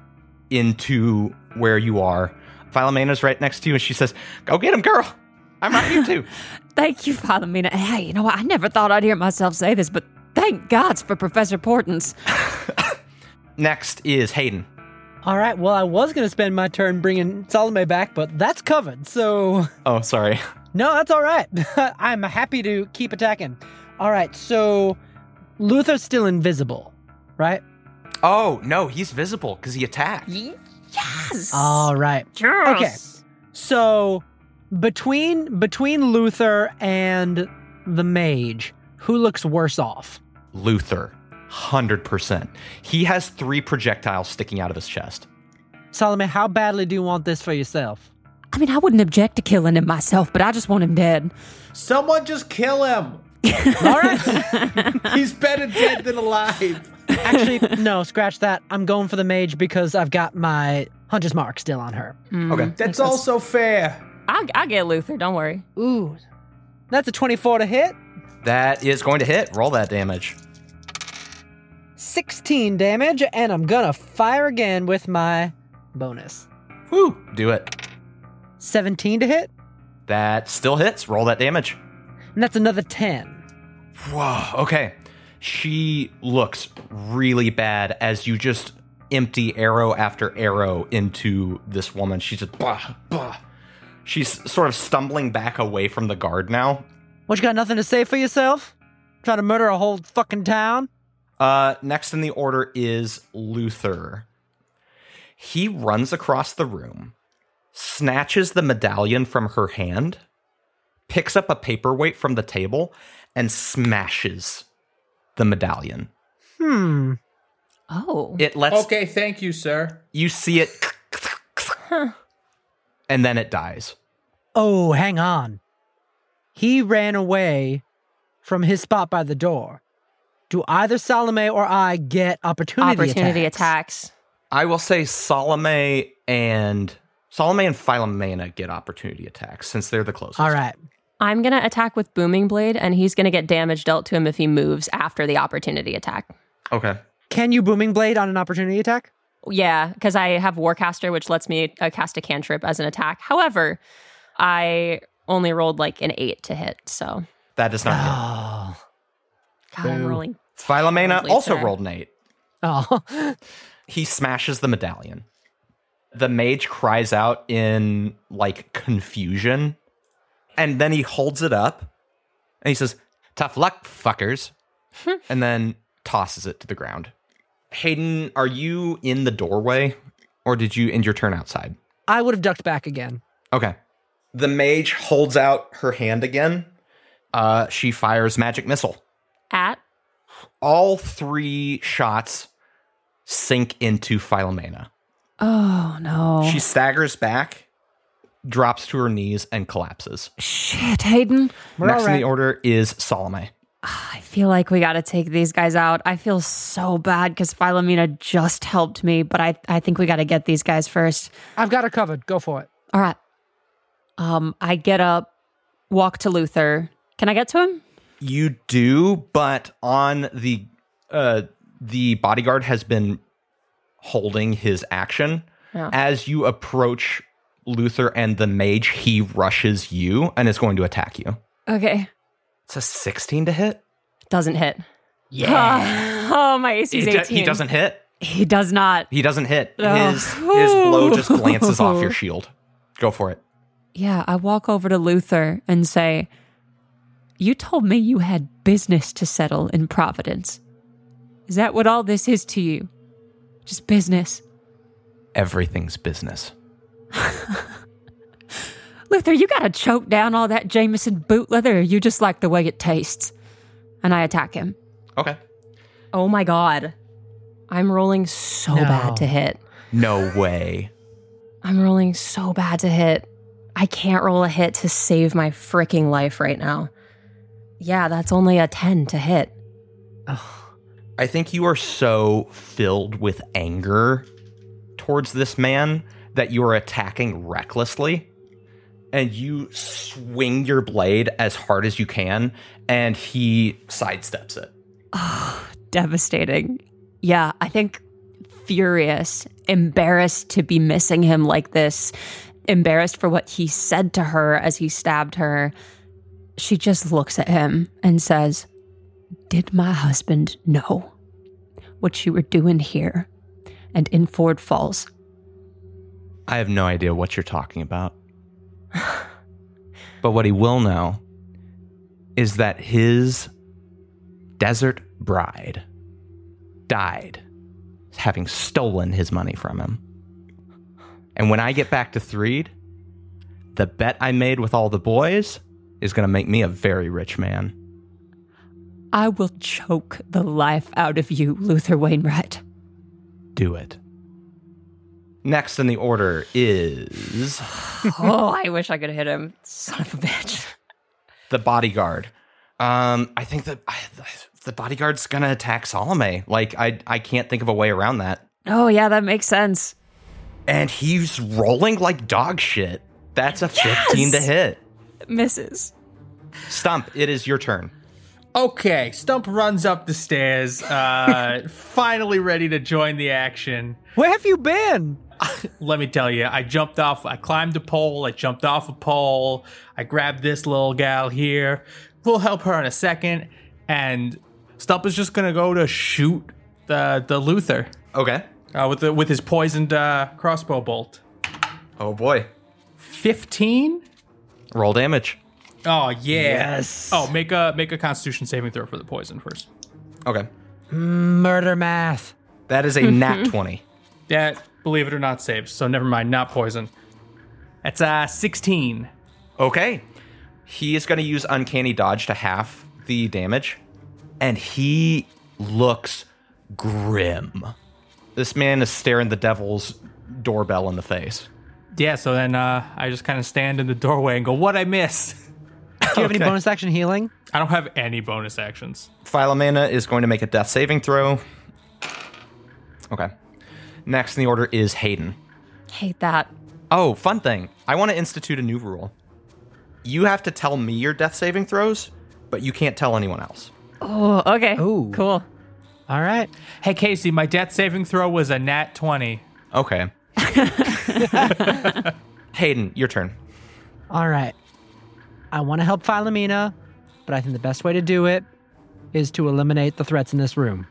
[SPEAKER 1] into where you are. Philomena's right next to you, and she says, "Go get him, girl. I'm right here too."
[SPEAKER 2] Thank you, Father Mina. Hey, you know what? I never thought I'd hear myself say this, but thank gods for Professor Portance.
[SPEAKER 1] Next is Hayden.
[SPEAKER 4] all right. Well, I was going to spend my turn bringing Salome back, but that's covered. So,
[SPEAKER 1] Oh, sorry.
[SPEAKER 4] no, that's all right. I'm happy to keep attacking. All right. So, Luther's still invisible, right?
[SPEAKER 1] Oh no, he's visible because he attacked.
[SPEAKER 2] Yes.
[SPEAKER 4] All right. Okay. So between between Luther and the mage, who looks worse off?
[SPEAKER 1] Luther, 100%. He has three projectiles sticking out of his chest.
[SPEAKER 4] Solomon, how badly do you want this for yourself?
[SPEAKER 2] I mean, I wouldn't object to killing him myself, but I just want him dead.
[SPEAKER 6] Someone just kill him.
[SPEAKER 4] All right.
[SPEAKER 6] He's better dead than alive.
[SPEAKER 4] Actually, no, scratch that. I'm going for the mage because I've got my hunter's mark still on her.
[SPEAKER 1] Okay.
[SPEAKER 6] That's also fair.
[SPEAKER 2] I'll, I'll get Luther. Don't worry.
[SPEAKER 4] Ooh. That's a 24 to hit.
[SPEAKER 1] That is going to hit. Roll that damage.
[SPEAKER 4] 16 damage, and I'm gonna fire again with my bonus.
[SPEAKER 1] Woo! Do it.
[SPEAKER 4] 17 to hit,
[SPEAKER 1] That still hits. Roll that damage.
[SPEAKER 4] and that's another 10.
[SPEAKER 1] Whoa. Okay. She looks really bad as you just empty arrow after arrow into this woman. She's just bah, bah. She's sort of stumbling back away from the guard now.
[SPEAKER 4] What, you got nothing to say for yourself? Trying to murder a whole fucking town?
[SPEAKER 1] Uh, next in the order is Luther. He runs across the room, snatches the medallion from her hand, picks up a paperweight from the table, and smashes the medallion.
[SPEAKER 4] Hmm.
[SPEAKER 2] Oh.
[SPEAKER 1] It lets
[SPEAKER 6] Okay, thank you, sir.
[SPEAKER 1] you see it, and then it dies.
[SPEAKER 4] Oh, hang on. He ran away from his spot by the door. Do either Salome or I get opportunity,
[SPEAKER 2] Opportunity
[SPEAKER 4] attacks?
[SPEAKER 2] attacks.
[SPEAKER 1] I will say Salome and Salome and Philomena get opportunity attacks since they're the closest.
[SPEAKER 4] All right.
[SPEAKER 2] I'm going to attack with Booming Blade, and he's going to get damage dealt to him if he moves after the opportunity attack.
[SPEAKER 1] Okay.
[SPEAKER 4] Can you booming blade on an opportunity attack?
[SPEAKER 2] Yeah, because I have Warcaster, which lets me uh, cast a cantrip as an attack. However, I only rolled like an eight to hit, so
[SPEAKER 1] That does not hit.
[SPEAKER 4] Oh.
[SPEAKER 2] God, I'm rolling.
[SPEAKER 1] Philomena
[SPEAKER 2] Luther.
[SPEAKER 1] also rolled an eight.
[SPEAKER 4] Oh.
[SPEAKER 1] he smashes the medallion. The mage cries out in like confusion, and then he holds it up and he says, Tough luck, fuckers, and then tosses it to the ground. Hayden, are you in the doorway or did you end your turn outside?
[SPEAKER 4] I would have ducked back again.
[SPEAKER 1] Okay. The mage holds out her hand again. Uh, she fires magic missile
[SPEAKER 2] At
[SPEAKER 1] all three shots sink into Philomena.
[SPEAKER 2] Oh no.
[SPEAKER 1] She staggers back, drops to her knees, and collapses.
[SPEAKER 2] Shit, Hayden.
[SPEAKER 1] Next in the order is Salome.
[SPEAKER 2] I feel like we got to take these guys out. I feel so bad because Philomena just helped me, but I, I think we got to get these guys first.
[SPEAKER 9] I've got it covered. Go for it.
[SPEAKER 2] All right. Um, I get up, walk to Luther. Can I get to him?
[SPEAKER 1] You do, but on the uh the bodyguard has been holding his action.
[SPEAKER 2] Yeah.
[SPEAKER 1] As you approach Luther and the mage, he rushes you and is going to attack you.
[SPEAKER 2] Okay.
[SPEAKER 1] It's a 16 to hit.
[SPEAKER 2] Doesn't hit. Yeah. oh, my AC
[SPEAKER 1] He,
[SPEAKER 2] is
[SPEAKER 1] do-
[SPEAKER 2] 18.
[SPEAKER 1] he doesn't hit.
[SPEAKER 2] He does not.
[SPEAKER 1] He doesn't hit.
[SPEAKER 2] Oh.
[SPEAKER 1] His his blow just glances off your shield. Go for it.
[SPEAKER 2] Yeah, I walk over to Luther and say, You told me you had business to settle in Providence. Is that what all this is to you? Just business.
[SPEAKER 1] Everything's business.
[SPEAKER 2] Luther, you gotta choke down all that Jameson boot leather, or you just like the way it tastes. And I attack him.
[SPEAKER 1] Okay.
[SPEAKER 2] Oh my god. I'm rolling so bad to hit.
[SPEAKER 1] No way.
[SPEAKER 2] I'm rolling so bad to hit. I can't roll a hit to save my freaking life right now. Yeah, that's only a 10 to hit.
[SPEAKER 1] I think you are so filled with anger towards this man that you are attacking recklessly and you swing your blade as hard as you can and he sidesteps it.
[SPEAKER 2] devastating. Yeah, I think furious, embarrassed to be missing him like this, embarrassed for what he said to her as he stabbed her. She just looks at him and says, Did my husband know what you were doing here and in Ford Falls?
[SPEAKER 1] I have no idea what you're talking about. but what he will know is that his desert bride died having stolen his money from him. And when I get back to Threed, the bet I made with all the boys is going to make me a very rich man.
[SPEAKER 2] I will choke the life out of you, Luther Wainwright.
[SPEAKER 1] Do it. Next in the order is
[SPEAKER 2] oh, I wish I could hit him. Son of a bitch.
[SPEAKER 1] the bodyguard. Um, I think that I, the bodyguard's gonna attack Salome. Like I, I can't think of a way around that.
[SPEAKER 2] Oh, yeah, that makes sense.
[SPEAKER 1] And he's rolling like dog shit. That's a fifteen to hit.
[SPEAKER 2] Misses.
[SPEAKER 1] Stump, it is your turn.
[SPEAKER 6] Okay, Stump runs up the stairs, uh, finally ready to join the action.
[SPEAKER 4] Where have you been?
[SPEAKER 6] Let me tell you, I jumped off, I climbed a pole, I jumped off a pole, I grabbed this little gal here. We'll help her in a second, and Stump is just gonna go to shoot the the Luther
[SPEAKER 1] Okay.
[SPEAKER 6] uh, with the, with his poisoned uh, crossbow bolt.
[SPEAKER 1] Oh boy.
[SPEAKER 6] Fifteen.
[SPEAKER 1] Roll damage.
[SPEAKER 6] Oh yeah. Yes. Oh, make a make a Constitution saving throw for the poison first.
[SPEAKER 1] Okay.
[SPEAKER 4] Murder math.
[SPEAKER 1] That is a nat twenty.
[SPEAKER 6] That, believe it or not, saves. So never mind, not poison. That's uh, 16.
[SPEAKER 1] Okay. He is going to use Uncanny Dodge to half the damage. And he looks grim. This man is staring the devil's doorbell in the face.
[SPEAKER 6] Yeah, so then uh, I just kind of stand in the doorway and go, What I miss?
[SPEAKER 4] Do you have any bonus action healing?
[SPEAKER 6] I don't have any bonus actions.
[SPEAKER 1] Philomena is going to make a death saving throw. Okay. Next in the order is Hayden.
[SPEAKER 2] Hate that.
[SPEAKER 1] Oh, fun thing. I want to institute a new rule. You have to tell me your death saving throws, but you can't tell anyone else.
[SPEAKER 2] Oh, okay.
[SPEAKER 4] Ooh.
[SPEAKER 2] Cool.
[SPEAKER 4] All right.
[SPEAKER 6] Hey, Casey, my death saving throw was a nat 20.
[SPEAKER 1] Okay. Hayden, your turn.
[SPEAKER 4] All right. I want to help Philomena, but I think the best way to do it is to eliminate the threats in this room.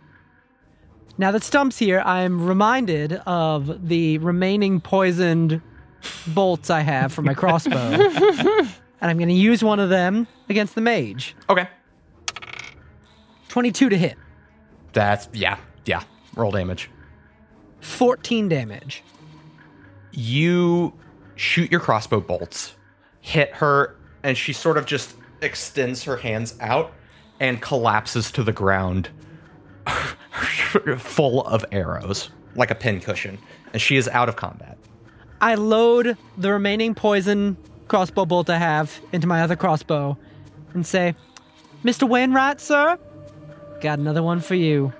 [SPEAKER 4] Now that Stump's here, I'm reminded of the remaining poisoned bolts I have for my crossbow. and I'm going to use one of them against the mage.
[SPEAKER 1] Okay.
[SPEAKER 4] 22 to hit,
[SPEAKER 1] That's yeah, yeah. Roll damage.
[SPEAKER 4] 14 damage.
[SPEAKER 1] You shoot your crossbow bolts, hit her, and she sort of just extends her hands out and collapses to the ground, full of arrows, like a pincushion, and she is out of combat.
[SPEAKER 4] I load the remaining poison crossbow bolt I have into my other crossbow and say, Mr. Wainwright, sir, got another one for you.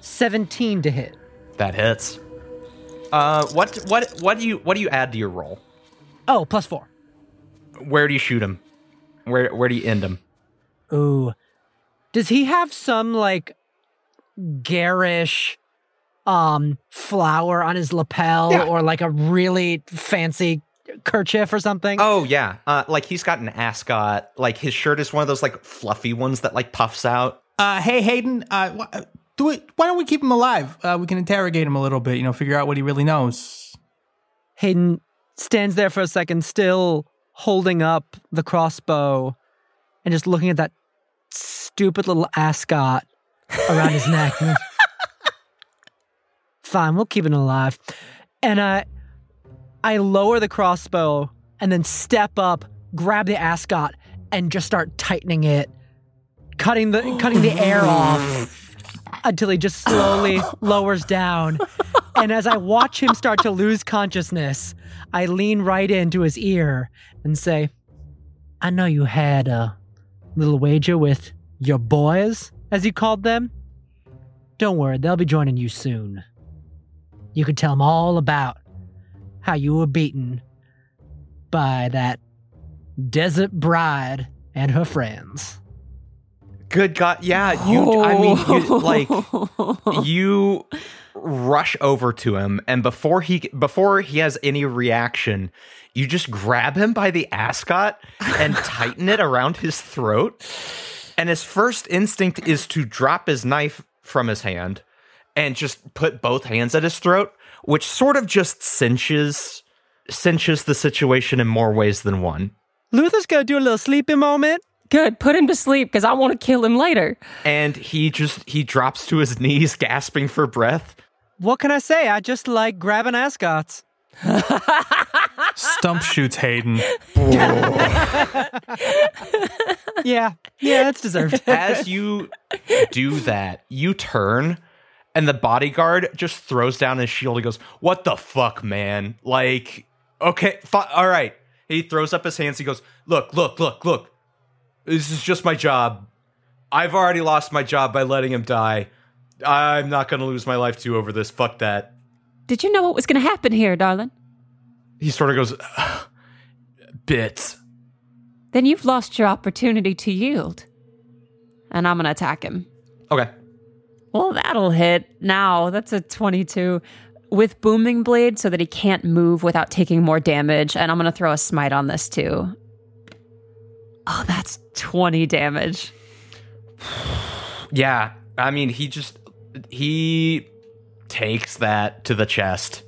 [SPEAKER 4] 17 to hit.
[SPEAKER 1] That hits. Uh, what what what do you what do you add to your roll?
[SPEAKER 4] Oh, plus four.
[SPEAKER 1] Where do you shoot him? Where where do you end him?
[SPEAKER 4] Ooh. Does he have some like garish um flower on his lapel
[SPEAKER 1] Yeah.
[SPEAKER 4] or like a really fancy kerchief or something?
[SPEAKER 1] Oh yeah, uh, like he's got an ascot. Like his shirt is one of those like fluffy ones that like puffs out.
[SPEAKER 6] Uh, hey Hayden, uh, wh- uh, do it. Why don't we keep him alive? Uh, we can interrogate him a little bit. You know, figure out what he really knows.
[SPEAKER 4] Hayden stands there for a second, still holding up the crossbow and just looking at that stupid little ascot around his neck. Fine, we'll keep it alive. And I I lower the crossbow and then step up, grab the ascot, and just start tightening it, cutting the cutting the air off until he just slowly lowers down. And as I watch him start to lose consciousness, I lean right into his ear and say, I know you had a little wager with your boys, as you called them. Don't worry, they'll be joining you soon. You can tell them all about how you were beaten by that desert bride and her friends.
[SPEAKER 1] Good God, yeah. You, I mean, you, like you rush over to him, and before he before he has any reaction, you just grab him by the ascot and tighten it around his throat. And his first instinct is to drop his knife from his hand and just put both hands at his throat, which sort of just cinches cinches the situation in more ways than one.
[SPEAKER 4] Luther's gonna do a little sleepy moment.
[SPEAKER 2] Good. Put him to sleep because I want to kill him later.
[SPEAKER 1] and he just he drops to his knees gasping for breath
[SPEAKER 4] What can I say? I just like grabbing ascots.
[SPEAKER 6] Stump shoots Hayden.
[SPEAKER 4] Yeah, yeah, that's deserved.
[SPEAKER 1] as you do that you turn and the bodyguard just throws down his shield and goes what the fuck man like okay fi- all right he throws up his hands he goes look look look look this is just my job i've already lost my job by letting him die i'm not gonna lose my life too over this fuck that
[SPEAKER 2] Did you know what was going to happen here, darling?
[SPEAKER 1] he sort of goes bits
[SPEAKER 2] Then you've lost your opportunity to yield. And I'm going to attack him.
[SPEAKER 1] okay
[SPEAKER 2] Well, that'll hit now. That's a 22 with booming blade so that he can't move without taking more damage. And I'm going to throw a smite on this too. Oh, that's 20 damage.
[SPEAKER 1] Yeah, I mean, he just he takes that to the chest,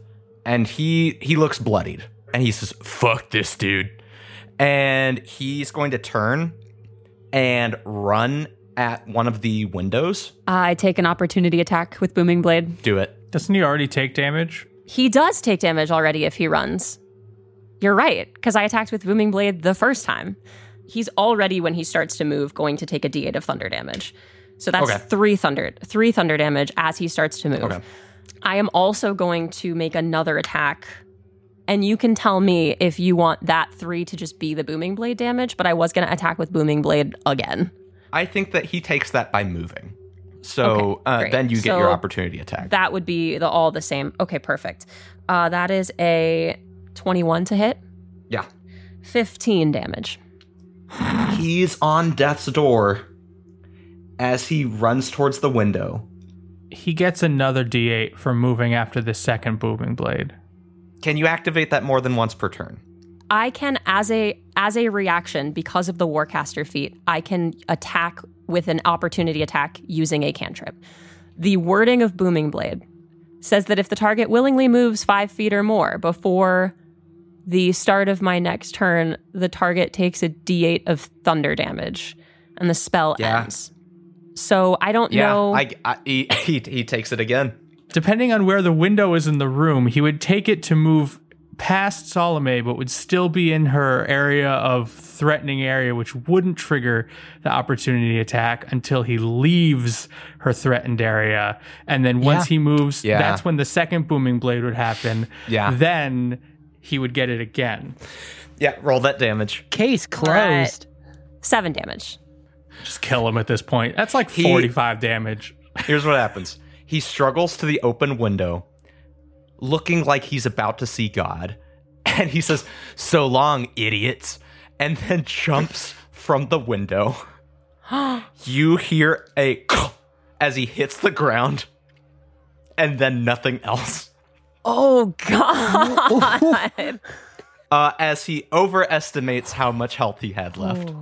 [SPEAKER 1] and he he looks bloodied, and he says, "Fuck this dude," and he's going to turn and run at one of the windows.
[SPEAKER 2] I take an opportunity attack with booming blade.
[SPEAKER 1] Do it.
[SPEAKER 6] Doesn't he already take damage?
[SPEAKER 2] He does take damage already if he runs. You're right, because I attacked with booming blade the first time. He's already when he starts to move going to take a d8 of thunder damage. So that's
[SPEAKER 1] Okay.
[SPEAKER 2] three thunder, three thunder damage as he starts to move.
[SPEAKER 1] Okay.
[SPEAKER 2] I am also going to make another attack. And you can tell me if you want that three to just be the booming blade damage, but I was going to attack with booming blade again.
[SPEAKER 1] I think that he takes that by moving. So
[SPEAKER 2] Okay,
[SPEAKER 1] uh,
[SPEAKER 2] great.
[SPEAKER 1] then you get your
[SPEAKER 2] So
[SPEAKER 1] opportunity attack.
[SPEAKER 2] That would be the all the same. Okay, perfect. Uh, that is a 21 to hit,
[SPEAKER 1] yeah,
[SPEAKER 2] 15 damage.
[SPEAKER 1] he's on death's door as he runs towards the window.
[SPEAKER 6] He gets another D8 for moving after the second booming blade.
[SPEAKER 1] Can you activate that more than once per turn?
[SPEAKER 2] I can as a as a reaction because of the warcaster feat, I can attack with an opportunity attack using a cantrip. The wording of booming blade says that if the target willingly moves 5 feet or more before the start of my next turn, the target takes a d8 of thunder damage and the spell
[SPEAKER 1] Yeah.
[SPEAKER 2] ends. So I don't know
[SPEAKER 1] I, I- he, he he takes it again.
[SPEAKER 6] Depending on where the window is in the room, he would take it to move past Salome, but would still be in her area of threatening area, which wouldn't trigger the opportunity attack until he leaves her threatened area. And then once he moves,
[SPEAKER 1] Yeah.
[SPEAKER 6] that's when the second booming blade would happen.
[SPEAKER 1] Yeah.
[SPEAKER 6] Then he would get it again.
[SPEAKER 1] Yeah, roll that damage.
[SPEAKER 4] Case closed.
[SPEAKER 2] Seven damage.
[SPEAKER 6] Just kill him at this point. That's like 45 damage.
[SPEAKER 1] Here's what happens he struggles to the open window, looking like he's about to see God. And he says, So long, idiots. And then jumps from the window. you hear a as he hits the ground, and then nothing else.
[SPEAKER 2] Oh god.
[SPEAKER 1] Uh, as he overestimates how much health he had left.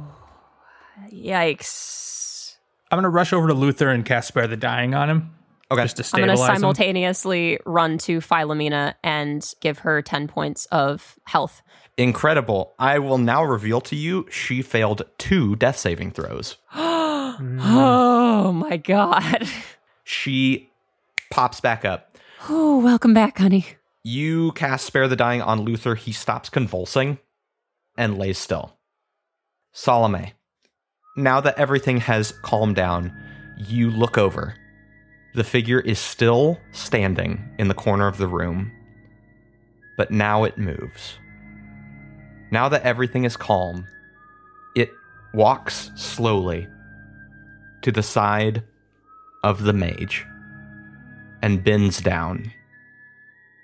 [SPEAKER 2] Yikes.
[SPEAKER 6] I'm going to rush over to Luther and cast Spare the Dying on him.
[SPEAKER 1] Okay.
[SPEAKER 6] Just to
[SPEAKER 2] I'm going to
[SPEAKER 6] stabilize him.
[SPEAKER 2] simultaneously run to Philomena and give her 10 points of health.
[SPEAKER 1] Incredible. I will now reveal to you she failed two death saving throws.
[SPEAKER 2] Oh my god.
[SPEAKER 1] She pops back up.
[SPEAKER 2] Oh, welcome back, honey.
[SPEAKER 1] You cast Spare the Dying on Luther. He stops convulsing and lays still. Salome, now that everything has calmed down, you look over. The figure is still standing in the corner of the room, but now it moves. Now that everything is calm, it walks slowly to the side of the mage and bends down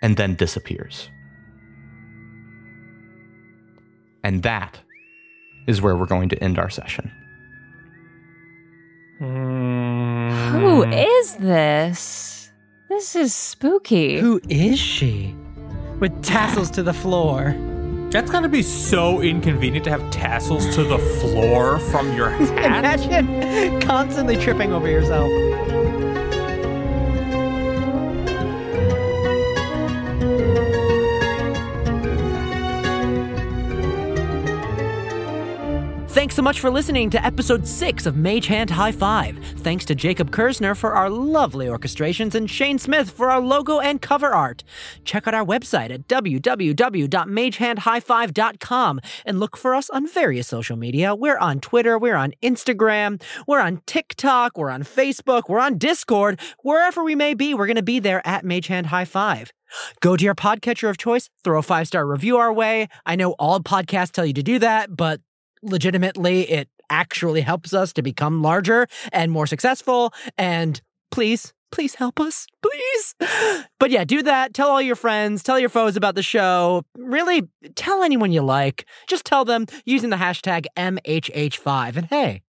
[SPEAKER 1] and then disappears. And that is where we're going to end our session.
[SPEAKER 6] Mm.
[SPEAKER 2] Who
[SPEAKER 6] Hmm.
[SPEAKER 2] is this? This is spooky.
[SPEAKER 4] Who is she? With tassels to the floor.
[SPEAKER 6] That's gotta be so inconvenient to have tassels to the floor from your hat.
[SPEAKER 4] Imagine constantly tripping over yourself. Thanks so much for listening to episode 6 of Mage Hand High Five. Thanks to Jacob Kirzner for our lovely orchestrations and Shane Smith for our logo and cover art. Check out our website at www.magehandhighfive.com and look for us on various social media. We're on Twitter, we're on Instagram, we're on TikTok, we're on Facebook, we're on Discord. Wherever we may be, we're going to be there at Mage Hand High Five. Go to your podcatcher of choice, throw a five star review our way. I know all podcasts tell you to do that, but legitimately it actually helps us to become larger and more successful and please please help us please but yeah do that tell all your friends tell your foes about the show really tell anyone you like just tell them using the hashtag mhh5 and hey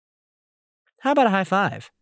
[SPEAKER 4] how about a high five